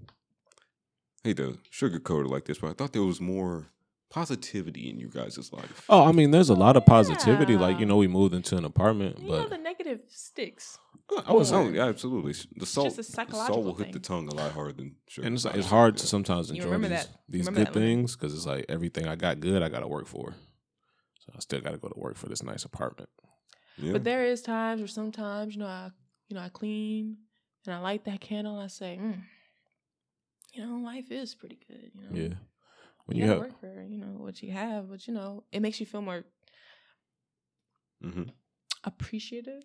S1: I hate to sugarcoat it like this, but I thought there was more positivity in you guys' life.
S2: oh, I mean, there's a lot of positivity. Like
S3: Yeah.
S2: you know, we moved into an apartment,
S3: You know
S2: but
S3: the negative sticks.
S1: I was oh, yeah, absolutely. The salt,
S3: just a
S1: the salt
S3: psychological
S1: will hit
S3: thing.
S1: the tongue a lot harder than sugar.
S2: and it's like, it's hard to
S1: Yeah.
S2: sometimes
S3: You
S2: enjoy
S3: remember
S2: these,
S3: that. You
S2: these
S3: remember
S2: good
S3: that one.
S2: things because it's like everything I got good, I got to work for. So I still got to go to work for this nice apartment.
S1: Yeah.
S3: But there is times where sometimes, you know, I you know, I clean and I light that candle and I say, mm, you know, life is pretty good, you know.
S2: Yeah. When
S3: You,
S2: you
S3: gotta
S2: have
S3: work for, you know, what you have, but you know, it makes you feel more
S1: hmm
S3: appreciative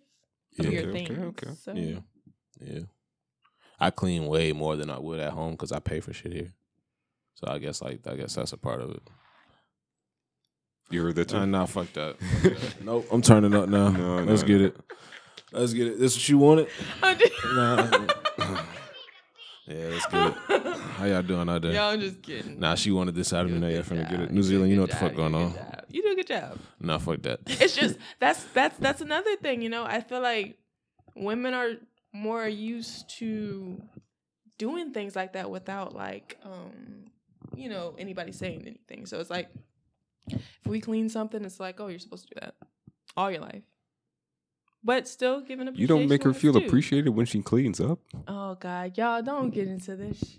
S2: yeah,
S3: of your
S1: Okay, okay,
S3: things.
S1: okay.
S3: So,
S2: yeah, yeah. I clean way more than I would at home because I pay for shit here. So I guess like I guess that's a part of it.
S1: You heard that too?
S2: Nah, nah, fuck that. Fuck that. nope, I'm turning up now.
S1: No,
S2: Let's
S1: no,
S2: get
S1: no.
S2: it. Let's get it. This what you wanted?
S3: I
S2: Nah. yeah, let's get it.
S3: did-
S2: How y'all doing out there?
S3: Y'all, I'm just kidding.
S2: Nah, she wanted this out of me.
S3: You
S2: Now
S3: do a
S2: y'all
S3: good
S2: finna get
S3: job.
S2: it. New
S3: You do a
S2: Zealand, you
S3: good
S2: know what the
S3: job.
S2: fuck going
S3: You do a
S2: on?
S3: good job. You do a good job.
S2: Nah, fuck that.
S3: it's just that's that's that's another thing you know i feel like women are more used to doing things like that without like um you know anybody saying anything so it's like if we clean something it's like oh you're supposed to do that all your life but still giving
S1: You don't make her feel
S3: appreciated.
S1: appreciated when she cleans up.
S3: oh god y'all don't get into this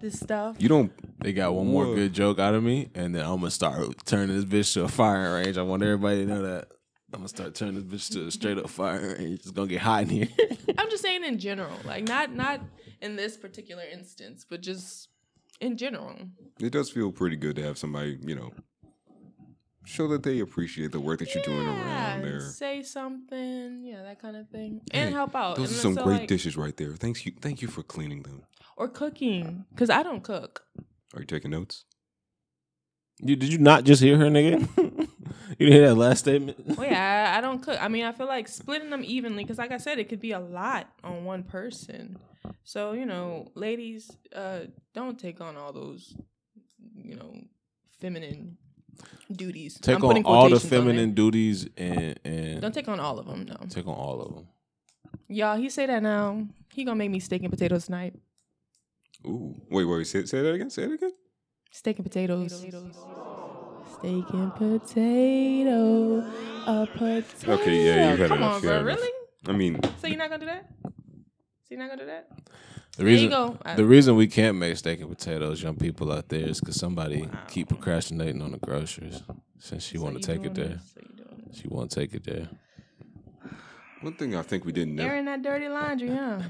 S3: this stuff
S1: You don't.
S2: They got one more
S1: Whoa.
S2: good joke out of me, and then I'm gonna start turning this bitch to a firing range. I want everybody to know that. I'm gonna start turning this bitch to a straight up firing range. It's gonna get hot in here.
S3: i'm just saying in general like not not in this particular instance but just in general
S1: It does feel pretty good to have somebody, you know, show that they appreciate the work that you're doing around
S3: and
S1: there.
S3: Say something, yeah, that kind of thing, and
S1: Hey,
S3: help out.
S1: Those are
S3: And
S1: some
S3: so,
S1: great
S3: like-
S1: dishes right there. Thanks you. Thank you for cleaning them.
S3: or cooking, because I don't cook.
S1: Are you taking notes?
S2: You, did you not just hear her, nigga? you didn't hear that last statement?
S3: Well, Oh, yeah, I, I don't cook. I mean, I feel like splitting them evenly, because like I said, it could be a lot on one person. So you know, ladies, uh, don't take on all those, you know, feminine duties.
S2: Take
S3: I'm
S2: on
S3: putting
S2: all the
S3: quotations on it.
S2: feminine duties and and
S3: Don't take on all of them. No,
S2: take on all of them.
S3: y'all. He say that now. He gonna make me steak and potatoes tonight.
S1: Ooh, wait, wait. Say, say that again. Say it again.
S3: Steak and potatoes. Steak and potato. A potato.
S1: Okay, yeah, you had
S3: Come
S1: enough,
S3: on,
S1: you
S3: bro.
S1: had enough.
S3: Really?
S1: I mean,
S3: So you're not gonna do that? So you're not gonna do that?
S2: The
S3: There you
S2: reason
S3: go. I-
S2: the reason we can't make steak and potatoes, young people out there, is because somebody keep procrastinating on the groceries since she
S3: So
S2: want
S3: you
S2: to take it
S3: doing
S2: there.
S3: this, so you doing this.
S2: She won't take it there.
S1: one thing I think we didn't never
S3: Airing that dirty laundry, huh?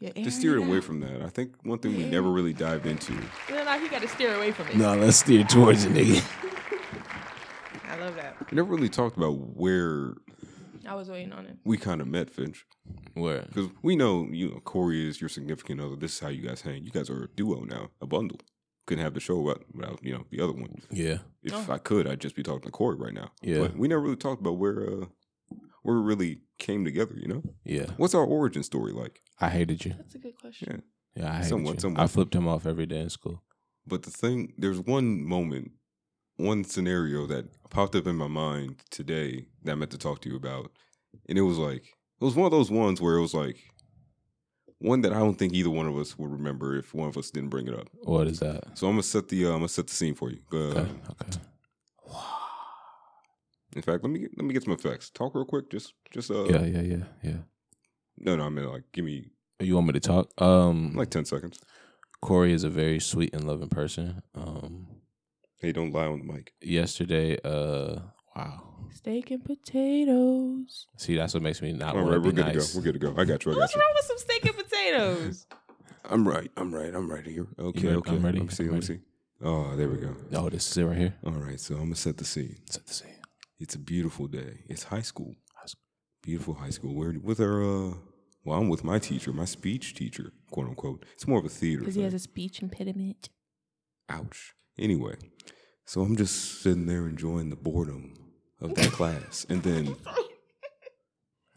S3: Yeah,
S1: to steer away from that. I think one thing we never really dived into.
S3: Like you got to steer away from it.
S2: No, let's steer towards it, nigga.
S3: I love that.
S1: We never really talked about where
S3: I was waiting on it.
S1: we kind of met Finch
S2: Where?
S1: because we know you know Corey is your significant other. This is how you guys hang. You guys are a duo now, a bundle. couldn't have the show without, without you know the other one.
S2: Yeah.
S1: If
S3: Oh.
S1: I could, I'd just be talking to Corey right now.
S2: Yeah.
S1: But we never really talked about where uh, where we really came together. You know,
S2: Yeah.
S1: what's our origin story like?
S2: I hated you.
S3: That's a good question.
S1: Yeah.
S2: Yeah, I hated
S1: Somewhat,
S2: you.
S1: somewhat.
S2: I flipped him off every day in school.
S1: But the thing, there's one moment, one scenario that popped up in my mind today that I meant to talk to you about. And it was like, it was one of those ones where it was like, one that I don't think either one of us would remember if one of us didn't bring it up.
S2: What is that?
S1: So I'm gonna set the uh, I'm gonna set the scene for you. Uh,
S2: Okay. Okay.
S1: In fact, let me get, let me get some effects. Talk real quick, just just uh
S2: yeah, yeah, yeah, yeah.
S1: no no I mean like give me
S2: You want me to talk? Um,
S1: like ten seconds.
S2: Corey is a very sweet and loving person. Um,
S1: Hey, don't lie on the mic.
S2: yesterday, uh, wow.
S3: Steak and potatoes.
S2: See, that's what makes me not
S1: All
S2: want
S1: right,
S2: to
S1: we're
S2: be
S1: good
S2: nice.
S1: to go. We're good to go. I got you. I got
S3: What's
S1: you.
S3: wrong with some steak and potatoes?
S1: I'm right. I'm right. I'm right here. Okay.
S2: ready?
S1: okay.
S2: I'm ready.
S1: Let me see.
S2: I'm
S1: Let me see. Oh, there we go.
S2: No, this is it right here.
S1: All right, so I'm gonna set the scene.
S2: Set the scene.
S1: It's a beautiful day. It's high school.
S2: High school.
S1: Beautiful high school. We're with our uh well, I'm with my teacher, my speech teacher, quote unquote. It's more of a theater.
S3: Because he has
S1: thing.
S3: a speech impediment.
S1: Ouch. Anyway, so I'm just sitting there enjoying the boredom of that class. And then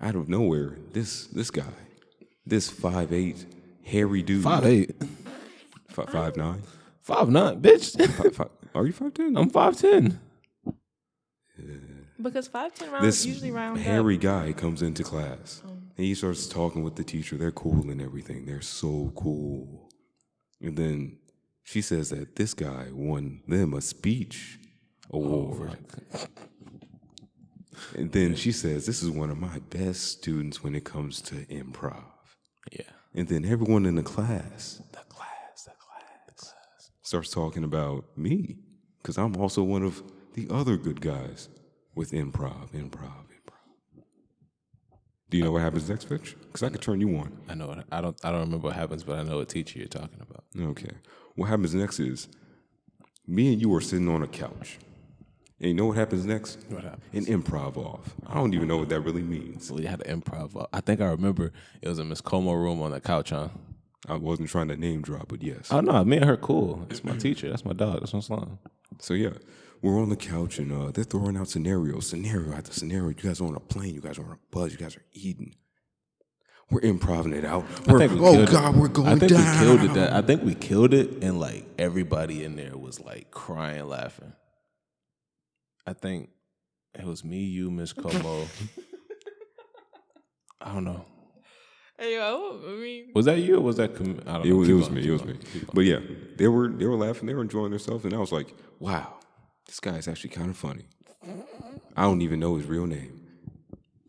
S1: out of nowhere, this this guy, this five eight hairy dude.
S2: Five eight,
S1: Fi- five nine?
S2: five nine, bitch.
S1: Fi- fi- are you five ten?
S2: I'm five ten.
S3: Because 5'10 rounds
S1: this
S3: usually round
S1: hairy
S3: up.
S1: guy comes into class and he starts talking with the teacher. They're cool and everything. They're so cool. And then she says that this guy won them a speech award. and then she says, This is one of my best students when it comes to improv.
S2: Yeah.
S1: And then everyone in the class
S2: The class, the class.
S1: starts talking about me because I'm also one of the other good guys with improv, improv, improv. Do you know what happens next, Fitch? Because I could turn you on.
S2: I know. What, I don't. I don't remember what happens, but I know what teacher you're talking about.
S1: Okay. What happens next is me and you are sitting on a couch. And you know what happens next?
S2: What happened?
S1: An improv off. I don't even know what that really means.
S2: So we had an improv. uh, I think I remember it was in Miss Como room on the couch, huh?
S1: I wasn't trying to name drop, but yes.
S2: Oh no, me and her cool. It's my teacher. That's my dog. That's my slime.
S1: So yeah, we're on the couch and uh, they're throwing out scenarios, scenario after scenario. You guys are on a plane, you guys are on a bus, you guys are eating. We're improvising it out. We're,
S2: think we
S1: oh
S2: killed it.
S1: God, we're going
S2: I think
S1: down.
S2: we killed it. That I think we killed it, and like everybody in there was like crying, laughing. I think it was me, you, Miss Como. I don't know.
S3: Hey, yo, I mean,
S2: Was that you? or Was that com- I don't
S1: It
S2: know.
S1: was, it
S2: Keep
S1: was
S2: going,
S1: me.
S2: keep
S1: It was
S2: going,
S1: me.
S2: keep going.
S1: But yeah, they were they were laughing. They were enjoying themselves, and I was like, "Wow, this guy is actually kind of funny." I don't even know his real name.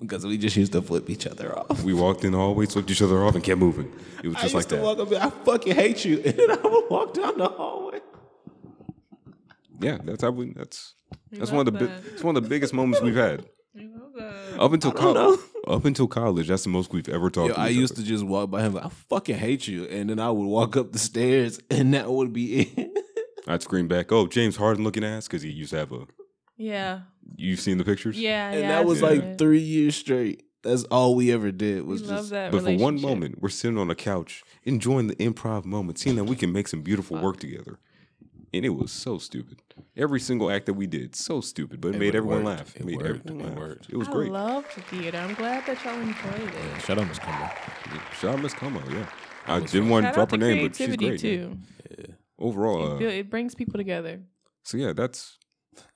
S2: Because we just used to flip each other off.
S1: We walked in the hallway, slipped each other off, and kept moving. It was
S2: I
S1: just
S2: used
S1: like
S2: to
S1: that.
S2: walk up. and, I fucking hate you, and then I would walk down the hallway.
S1: yeah, that's how we. That's that's
S3: love
S1: one of the bi-
S3: that.
S1: it's one of the biggest moments we've had
S3: I love that.
S1: up until
S2: don't
S1: college. Up until college, that's the most we've ever talked.
S2: Yo,
S1: to
S2: I
S1: each
S2: used
S1: other.
S2: to just walk by him. Like, I fucking hate you, and then I would walk up the stairs, and that would be it.
S1: I'd scream back, "Oh, James Harden looking ass," because he used to have a.
S3: Yeah.
S1: You've seen the pictures,
S3: Yeah.
S2: and
S3: yeah, I
S2: that was
S3: see
S2: like
S3: it.
S2: three years straight. That's all we ever did
S3: We
S2: was
S3: love
S2: just
S3: that.
S1: But for one
S3: relationship.
S1: moment, we're sitting on a couch enjoying the improv moment, seeing that we can make some beautiful work together. And it was so stupid. Every single act that we did, so stupid, but it, made
S2: worked.
S1: everyone laugh.
S2: It
S1: made
S2: worked.
S1: everyone
S2: It
S1: laugh.
S2: worked.
S1: It was
S3: I
S1: great.
S3: love the theater. I'm glad that y'all enjoyed it.
S2: Shut up, Miss Combo.
S1: Shout out Miss Como, yeah. I didn't want to
S3: Shout
S1: drop
S3: out
S1: her
S3: to
S1: name, but she's
S3: creativity
S1: great. yeah.
S3: too.
S1: Overall,
S3: Feel-
S1: uh,
S3: it brings people together.
S1: so yeah, that's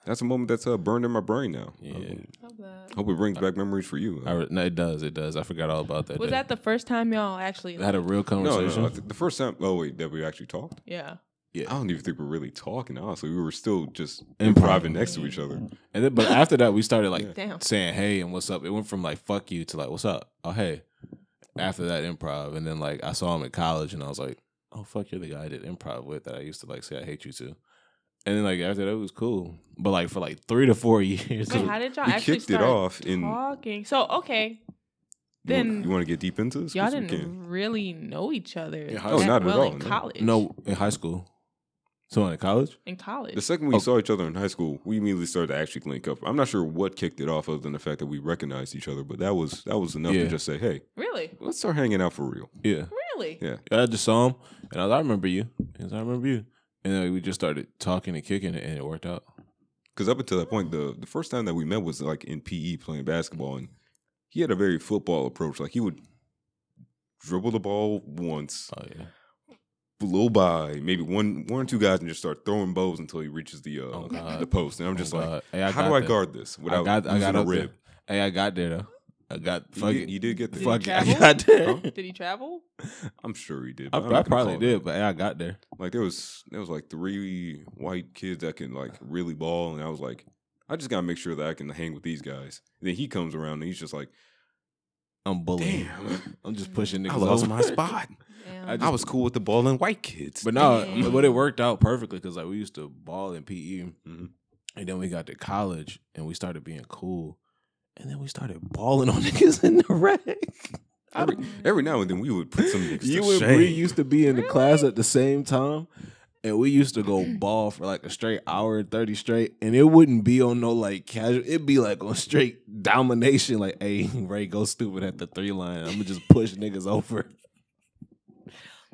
S1: that's a moment that's uh, burned in my brain now.
S2: Yeah.
S3: Love that.
S1: Hope it brings back memories for you. uh,
S2: I re- no, it does. It does. I forgot all about that.
S3: Was
S2: day.
S3: that the first time y'all actually?
S2: I had a real
S1: no, no,
S2: conversation?
S1: no. I think The first time, oh wait, that we actually talked.
S3: yeah.
S1: I don't even think we're really talking. Honestly, we were still just
S2: Improv.
S1: improvising next to each other.
S2: and then, but after that, we started like
S3: Damn.
S2: saying "Hey" and "What's up." It went from like "Fuck you" to like "What's up." Oh, hey. After that improv, and then like I saw him at college, and I was like, "Oh fuck, you're the guy I did improv with that I used to like say I hate you to." And then like after that, it was cool. But like for like three to four years,
S3: Wait, how did y'all
S1: we
S3: actually
S1: kicked it
S3: start
S1: off in.
S3: talking? So okay,
S1: You wanna-
S3: Then-
S1: you want to get deep into this?
S3: y'all
S1: 'Cause we
S3: didn't
S1: can.
S3: really know each other.
S2: high
S3: that
S2: school.
S1: No, not at
S3: well
S1: all,
S3: In
S1: no.
S3: college,
S2: no, in high school, someone in college.
S3: in college.
S1: The second we
S2: Oh.
S1: saw each other in high school, we immediately started to actually link up. I'm not sure what kicked it off, other than the fact that we recognized each other. But that was that was enough
S2: Yeah.
S1: to just say, "Hey,
S3: really,
S1: let's start hanging out for real."
S2: Yeah,
S3: really.
S1: Yeah.
S2: I just saw him, and I, was, I remember you. He was, I remember you. And then we just started talking and kicking it, and it worked out.
S1: Because up until that point, the the first time that we met was like in PE playing basketball, and he had a very football approach. Like he would dribble the ball once,
S2: Oh yeah.
S1: blow by maybe one one or two guys, and just start throwing bows until he reaches the uh,
S2: Oh, God.
S1: the post. And I'm just
S2: Oh,
S1: like,
S2: God. Hey, I
S1: how
S2: got
S1: do I
S2: there.
S1: guard this
S2: I
S1: without
S2: got I
S1: losing
S2: got
S1: a
S2: up
S1: rib?
S2: there. Hey, I got there though. I got
S1: You
S2: fuck
S1: did,
S2: it.
S1: you did get
S3: Did
S1: there.
S3: he
S2: fuck it. I
S3: travel?
S2: got there.
S1: Huh?
S3: Did he travel?
S1: I'm sure he did.
S2: I,
S1: but I'm not
S2: I
S1: gonna
S2: probably
S1: call it
S2: did, but hey, I got there.
S1: like there was there was like three white kids that can like really ball, and I was like, I just gotta make sure that I can hang with these guys. And then he comes around and he's just like,
S2: I'm bullying.
S1: damn,
S2: I'm just pushing niggas.
S1: I lost
S2: over.
S1: my spot.
S3: Damn.
S2: I
S1: I was cool with the ball and white kids,
S2: But no,
S3: Damn.
S2: but- but it worked out perfectly because like we used to ball in PE,
S1: Mhm.
S2: and then we got to college and we started being cool, and then we started balling on niggas in the rack. I
S1: every,
S3: Um,
S1: every now and then we would put some niggas to
S2: You and
S1: shame.
S2: Bree used to be in the
S3: Really?
S2: class at the same time, and we used to go ball for like a straight hour and thirty straight, and it wouldn't be on no like casual. It'd be like on straight domination. Like, hey, Ray, go stupid at the three line. I'm gonna just push niggas over.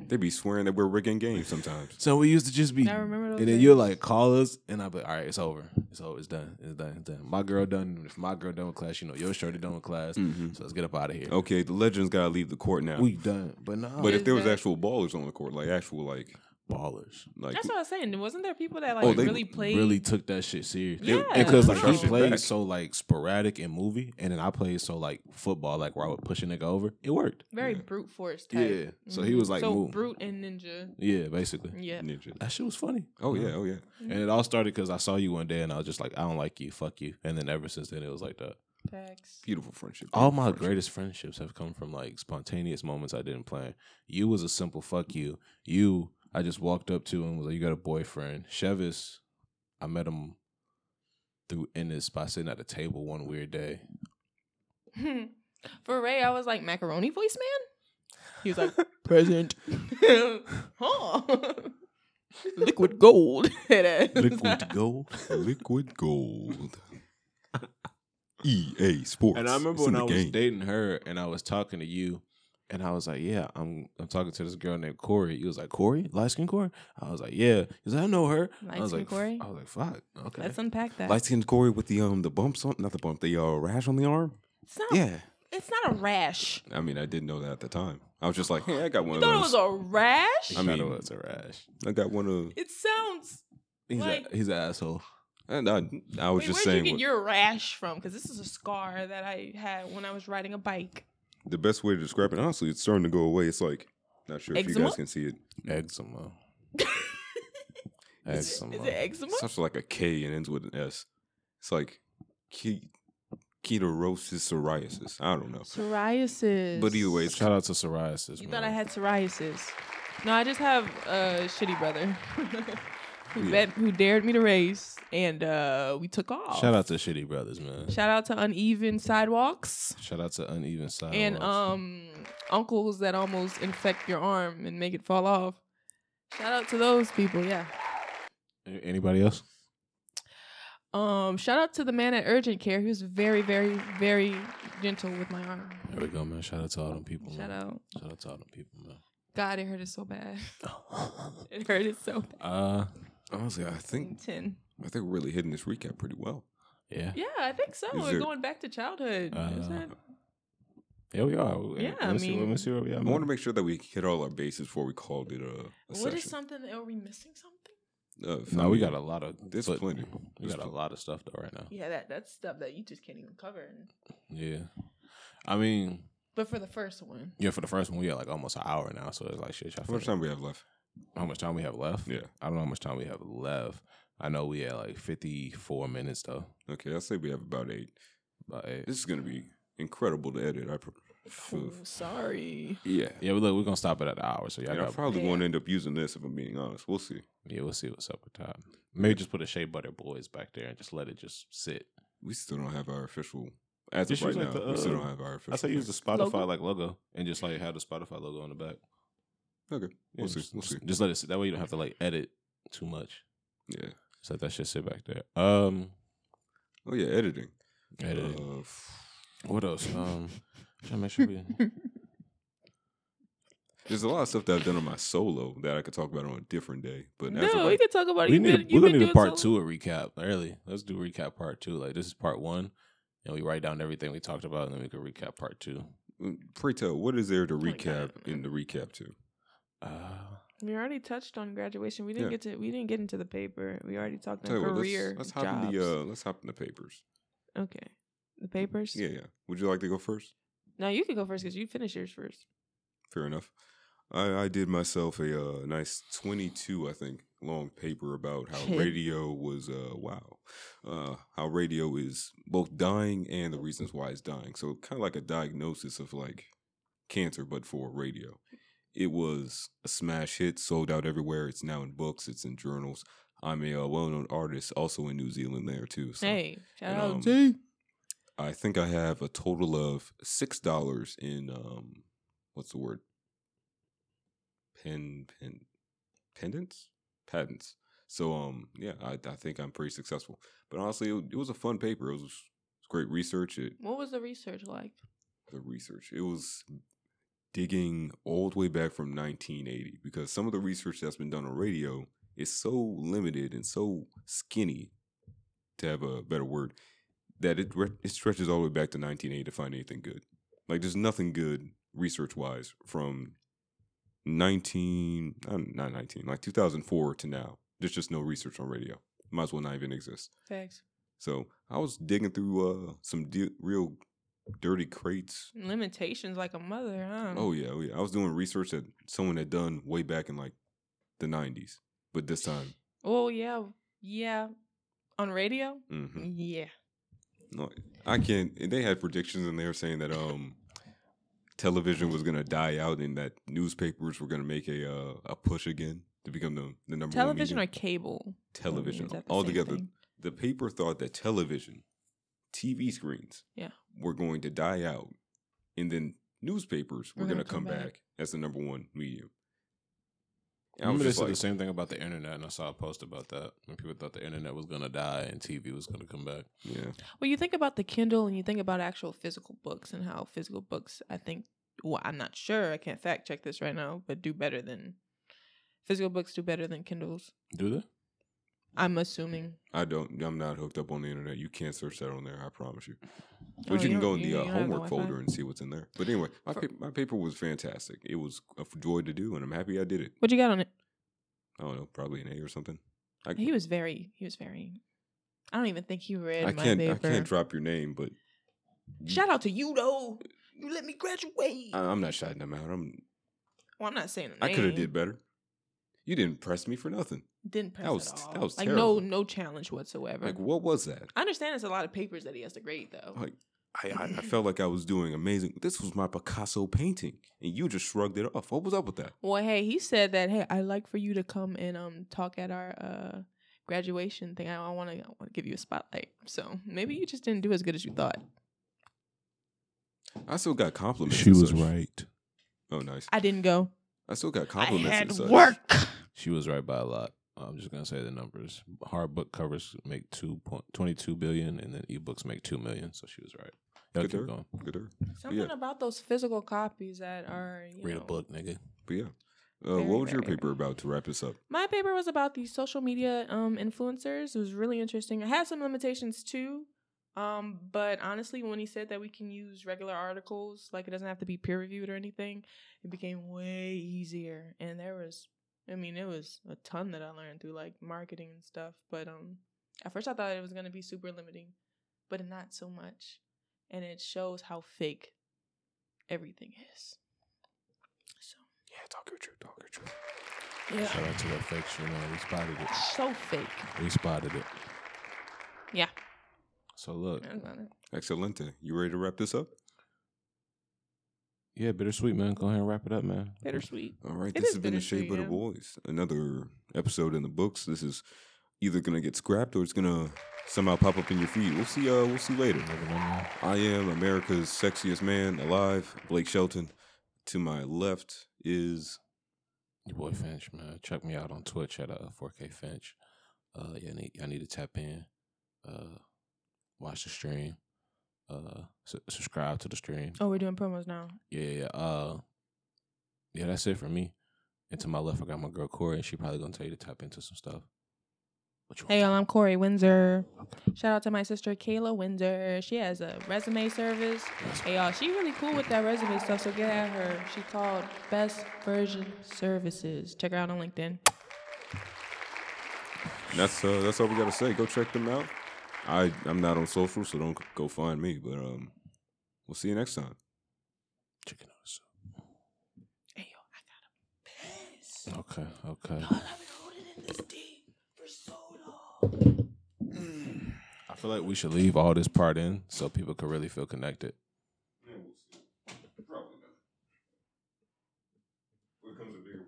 S1: They'd be swearing that we're rigging games sometimes.
S2: So we used to just be.
S3: I remember those
S2: and then
S3: days.
S2: you like call us, and I be all right. It's over. It's over. It's done. It's done. It's done. My girl done. If my girl done with class, you know your shorty done with class.
S3: Mm-hmm.
S2: So let's get up out of here.
S1: Okay, the legends gotta leave the court now.
S2: We done. But no,
S1: but if
S3: Oh, Is
S1: there was
S3: that-
S1: actual ballers on the court, like actual like
S2: ballers.
S1: like
S3: That's what I was saying. Wasn't there people that like
S1: Oh, they
S3: really played?
S2: really took that shit serious.
S1: They-
S3: yeah.
S1: they
S2: And because like
S1: Sure.
S2: he
S1: Shit
S2: played
S1: back.
S2: so like sporadic in movie, and then I played so like football, like where I would push a nigga over. It worked.
S3: very
S1: Yeah.
S3: brute force type.
S2: Yeah. So he was, like,
S3: so Mm.
S2: move.
S3: brute and ninja.
S2: Yeah, basically.
S3: Yeah.
S1: ninja.
S2: That shit was funny.
S1: Oh yeah, oh yeah.
S3: Mm-hmm.
S2: And it all started because I saw you one day, and I was just like, I don't like you, fuck you. And then ever since then, it was like that.
S3: Facts.
S1: Beautiful friendship.
S2: All
S1: beautiful
S2: my
S1: friendship.
S2: greatest friendships have come from like spontaneous moments I didn't plan. You was a simple fuck you. You, I just walked up to him was like, "You got a boyfriend?" Chevis, I met him through Ennis by sitting at a table one weird day.
S3: For Ray, I was like macaroni voice man. He was like,
S2: Present.
S3: huh? Liquid gold.
S2: Liquid gold.
S1: Liquid Gold. EA Sports.
S2: And I remember
S1: It's in
S2: when I
S1: the
S2: was
S1: game.
S2: dating her and I was talking to you and I was like, Yeah, I'm I'm talking to this girl named Corey. You was like, Corey? Light skin Corey? I was like, Yeah. He was like, I know her. I was
S3: Light-skinned
S2: like,
S3: Corey?
S2: I was like, fuck. Okay.
S3: Let's unpack that.
S1: Light skinned Corey with the um the bumps on not the bump, the uh, rash on the arm.
S3: It's not,
S1: Yeah.
S3: it's not a rash.
S1: I mean I didn't know that at the time. I was just like, hey, I got one
S3: You
S1: of
S3: thought it
S1: those.
S3: was a rash?
S1: I
S2: I
S1: mean-
S2: mean, it was a rash.
S1: I got one of
S3: It sounds.
S2: He's
S3: Like-
S2: a, he's an asshole.
S1: and I, I was
S3: Wait,
S1: just saying
S3: where'd you get
S1: what-
S3: your rash from? Because this is a scar that I had when I was riding a bike.
S1: the best way to describe it, honestly, it's starting to go away. It's like not sure if you
S3: Eczema?
S1: guys can see it.
S2: Eczema.
S3: Is it-
S2: Eczema.
S3: Is it eczema?
S1: It's such like a K and ends with an S. It's like ke- ketosis psoriasis. I don't know.
S3: Psoriasis.
S1: But either way, it's
S2: Shout out to psoriasis.
S3: You
S2: man.
S3: thought I had psoriasis. No, I just have a shitty brother who
S1: Yeah.
S3: bet, who dared me to race, and uh, we took off.
S2: Shout out to Shitty Brothers, man.
S3: Shout out to uneven sidewalks
S2: Shout out to Uneven Side.
S3: and um uncles that almost infect your arm and make it fall off. Shout out to those people, yeah.
S2: anybody else?
S3: Um, shout out to the man at urgent care who's very, very, very gentle with my arm.
S2: There we go, man. Shout out to all them people.
S3: Shout
S2: man.
S3: out.
S2: Shout out to all them people, man.
S3: God, it hurted so bad. It hurted so bad.
S2: uh,
S1: Honestly, I think
S3: Ten.
S1: I think we're really hitting this recap pretty well.
S2: yeah.
S3: Yeah, I think so.
S1: Is
S3: We're
S1: there-
S3: going back to childhood.
S2: Uh,
S3: Is that-
S2: Here we are.
S3: Yeah,
S2: let
S3: I
S2: me see, let me
S3: mean-
S2: see where we are.
S1: I want to make sure that we hit all our bases before we called it a, a
S3: What is
S1: session.
S3: something? Are we missing something?
S1: Uh,
S2: No, we got a lot of.
S1: There's
S2: foot-
S1: plenty.
S2: We
S1: There's
S2: got a
S1: pl-
S2: lot of stuff though right now.
S3: Yeah, that that's stuff that you just can't even cover.
S2: Yeah. I mean,
S3: But for the first one,
S2: yeah. For the first one, we had like almost an hour now, so it's like shit. Y'all
S1: How much
S2: finna-
S1: time we have left?
S2: How much time we have left?
S1: Yeah.
S2: I don't know how much time we have left. I know we had like fifty-four minutes though. eh,
S1: Okay, I say we have about eight.
S2: About eight.
S1: This is gonna be incredible to edit. I. Pr-
S3: oh,
S1: f-
S3: sorry.
S1: yeah.
S2: Yeah, but look, we're gonna stop it at an hour, so y'all
S1: And I
S2: got.
S1: probably
S3: Yeah.
S1: won't end up using this if I'm being honest. We'll see.
S2: yeah, we'll see what's up with that. Maybe just put a Shea Butter Boys back there and just let it just sit.
S1: We still don't have our official. As
S2: Just
S1: of right
S2: use,
S1: now,
S2: like, the,
S1: we still
S2: uh,
S1: don't have our official.
S2: I say use the
S1: thing.
S2: Spotify
S3: Logo?
S2: like logo and just like have the Spotify logo on the back.
S1: Okay,
S2: Yeah,
S1: we'll see.
S2: just,
S1: We'll see.
S2: just- just let it sit. That way you don't have to like edit too much.
S1: Yeah.
S2: Just let that shit sit back there. Um,
S1: Oh yeah, editing.
S2: edit.
S1: Uh, f-
S2: what else? Um, trying to make sure we.
S1: There's a lot of stuff that I've done on my solo that I could talk about on a different day. But as of
S3: No, we
S1: right,
S3: could talk about it.
S2: we
S3: You
S2: need.
S3: been-
S2: we're
S3: you
S2: gonna
S3: been
S2: need a
S3: doing
S2: part
S3: solo-
S2: two of recap early. Let's do recap part two. Like this is part one, and we write down everything we talked about, and then we can recap part two.
S1: pray tell, what is there to
S3: Oh my
S1: recap
S3: God.
S1: in the recap to?
S2: Uh,
S3: We already touched on graduation. We didn't
S1: Yeah.
S3: get to. We didn't get into the paper. We already talked
S1: Tell
S3: on
S1: you what,
S3: career.
S1: let's, let's hop in the uh, let's hop in the papers.
S3: uh, okay, the papers.
S1: Yeah, yeah. Would you like to go first?
S3: Now you can go first because you finished yours first.
S1: Fair enough. I, I did myself a uh, nice 22, I think, long paper about how
S3: Shit.
S1: radio was, uh, wow, uh, how radio is both dying and the reasons why it's dying. So, kind of like a diagnosis of like cancer, but for radio. It was a smash hit, sold out everywhere. It's now in books, it's in journals. I'm a uh, well known artist, also in New Zealand there too. So
S3: Hey, shout
S1: and,
S3: out
S1: um,
S3: T.
S1: I think I have a total of six dollars in um what's the word? Pen pen pendants? Patents. So um yeah, I I think I'm pretty successful. But honestly, it, it was a fun paper. It was, it was great research. It
S3: What was the research like?
S1: the research. It was digging all the way back from 1980 because some of the research that's been done on radio is so limited and so skinny, to have a better word, that it re- it stretches all the way back to 1980 to find anything good. Like there's nothing good research wise from 19 uh, not 19 like 2004 to now. There's just no research on radio. Might as well not even exist.
S3: Facts.
S1: So I was digging through uh, some di- real dirty crates
S3: Limitations like a mother, huh?
S1: Oh yeah, oh yeah. I was doing research that someone had done way back in like the '90s, but this time,
S3: Oh yeah, yeah. On radio?
S1: mhm.
S3: Yeah.
S1: no, I can't. And they had predictions, and they were saying that um, television was gonna die out, and that newspapers were gonna make a uh, a push again to become the the number
S3: Television
S1: one
S3: or
S1: medium.
S3: cable?
S1: television
S3: Is that the same
S1: altogether.
S3: thing?
S1: The paper thought that television, TV screens,
S3: Yeah.
S1: were going to die out, and then newspapers were, gonna, come back. as the number one medium. And I was
S2: remember they
S1: just
S2: said the
S1: like-
S2: same thing about the internet, and I saw a post about that. And people thought the internet was gonna die and TV was gonna come back.
S1: Yeah.
S3: Well, you think about the Kindle and you think about actual physical books and how physical books, I think, well, I'm not sure. I can't fact check this right now, but do better than physical books do better than Kindles.
S2: Do they?
S3: I'm assuming.
S1: I don't. I'm not hooked up on the internet. You can't search that on there. I promise you.
S3: Oh,
S1: But you can
S3: don't-
S1: go in
S3: you-
S1: the uh,
S3: you don't have
S1: homework
S3: Wi-Fi?
S1: folder and see what's in there. But anyway, my
S3: For-
S1: pa- my paper was fantastic. It was a f- joy to do, and I'm happy I did it.
S3: What you got on it?
S1: I don't know, probably an A or something. I,
S3: He was very, he was very. I don't even think he read
S1: I
S3: my
S1: can't.
S3: paper.
S1: I can't drop your name, but
S3: Shout out to you though. You let me graduate.
S1: I, I'm not shouting them out. I'm.
S3: well, I'm not saying the
S1: Uh, I could have
S3: name.
S1: did better. You didn't press me for nothing.
S3: Didn't press
S1: That was-
S3: at all.
S1: that was
S3: like
S1: terrible.
S3: no, no challenge whatsoever.
S1: Like what was that?
S3: I understand it's a lot of papers that he has to grade though.
S1: Like I, I, I felt like I was doing amazing. This was my Picasso painting, and you just shrugged it off. What was up with that?
S3: Well, hey, he said that. Hey, I'd like for you to come and um talk at our uh graduation thing. I want to I want to give you a spotlight. So maybe you just didn't do as good as you thought.
S1: I still got compliments.
S2: She
S1: and
S2: was
S1: such.
S2: right.
S1: Oh, nice.
S3: I didn't go.
S1: I still got
S3: I
S1: compliments. and
S3: had
S1: such.
S3: work.
S2: She was right by a lot. I'm just gonna say the numbers. Hard book covers make two point twenty two billion, and then ebooks make two million. So she was right. Y'all
S1: Good
S2: keep
S1: there.
S2: going.
S1: Good there.
S3: Something
S1: Yeah.
S3: about those physical copies that are you
S2: Read a
S3: know-
S2: book, nigga.
S1: But yeah. Uh,
S3: Very,
S1: what was your
S3: very,
S1: paper about to wrap this up?
S3: My paper was about the social media um, influencers. It was really interesting. It had some limitations too, um, but honestly, when he said that we can use regular articles, like it doesn't have to be peer reviewed or anything, it became way easier. And there was, I mean, it was a ton that I learned through like marketing and stuff. But um, at first, I thought it was gonna be super limiting, but not so much. And it shows how fake everything is. So
S1: Yeah, talk your truth. Talk your truth.
S2: Shout out to that fake shit, man. We spotted it.
S3: so fake.
S2: We spotted it.
S3: Yeah.
S2: So look,
S1: Excelente. You ready to wrap this up?
S2: yeah, bittersweet, man. Go ahead and wrap it up, man.
S3: Bittersweet.
S1: All right.
S3: It
S1: this
S3: is
S1: has been the Shea
S3: bittersweet,
S1: Butter
S3: yeah.
S1: Boys. Another episode in the books. This is either gonna get scrapped or it's gonna somehow pop up in your feed. We'll see. Uh, we'll see later.
S2: Never know, man.
S1: I am America's sexiest man alive, Blake Shelton. To my left is
S2: Your boy Finch, man. Check me out on Twitch at uh, 4K Finch. Uh, y'all need y'all need to tap in, uh, watch the stream, uh, su- subscribe to the stream.
S3: Oh, we're doing promos now.
S2: Yeah, yeah. Uh, yeah, that's it for me. And to my left, I got my girl Corey, and she probably gonna tell you to tap into some stuff. What you
S3: Hey y'all,
S2: want?
S3: I'm Corey Windsor. Shout out to my sister Kayla Windsor. She has a resume service. Hey y'all, she really cool with that resume stuff, so get at her. She called Best Version Services. Check her out on LinkedIn.
S1: And that's uh, that's all we gotta say. Go check them out. I I'm not on social, so don't go find me. But um, we'll see you next time.
S2: Chicken nuggets.
S3: Hey yo, I got a piss.
S2: Okay, okay.
S3: Y'all, I've been holding in this deep for so long.
S2: I feel like we should leave all this part in so people can really feel connected.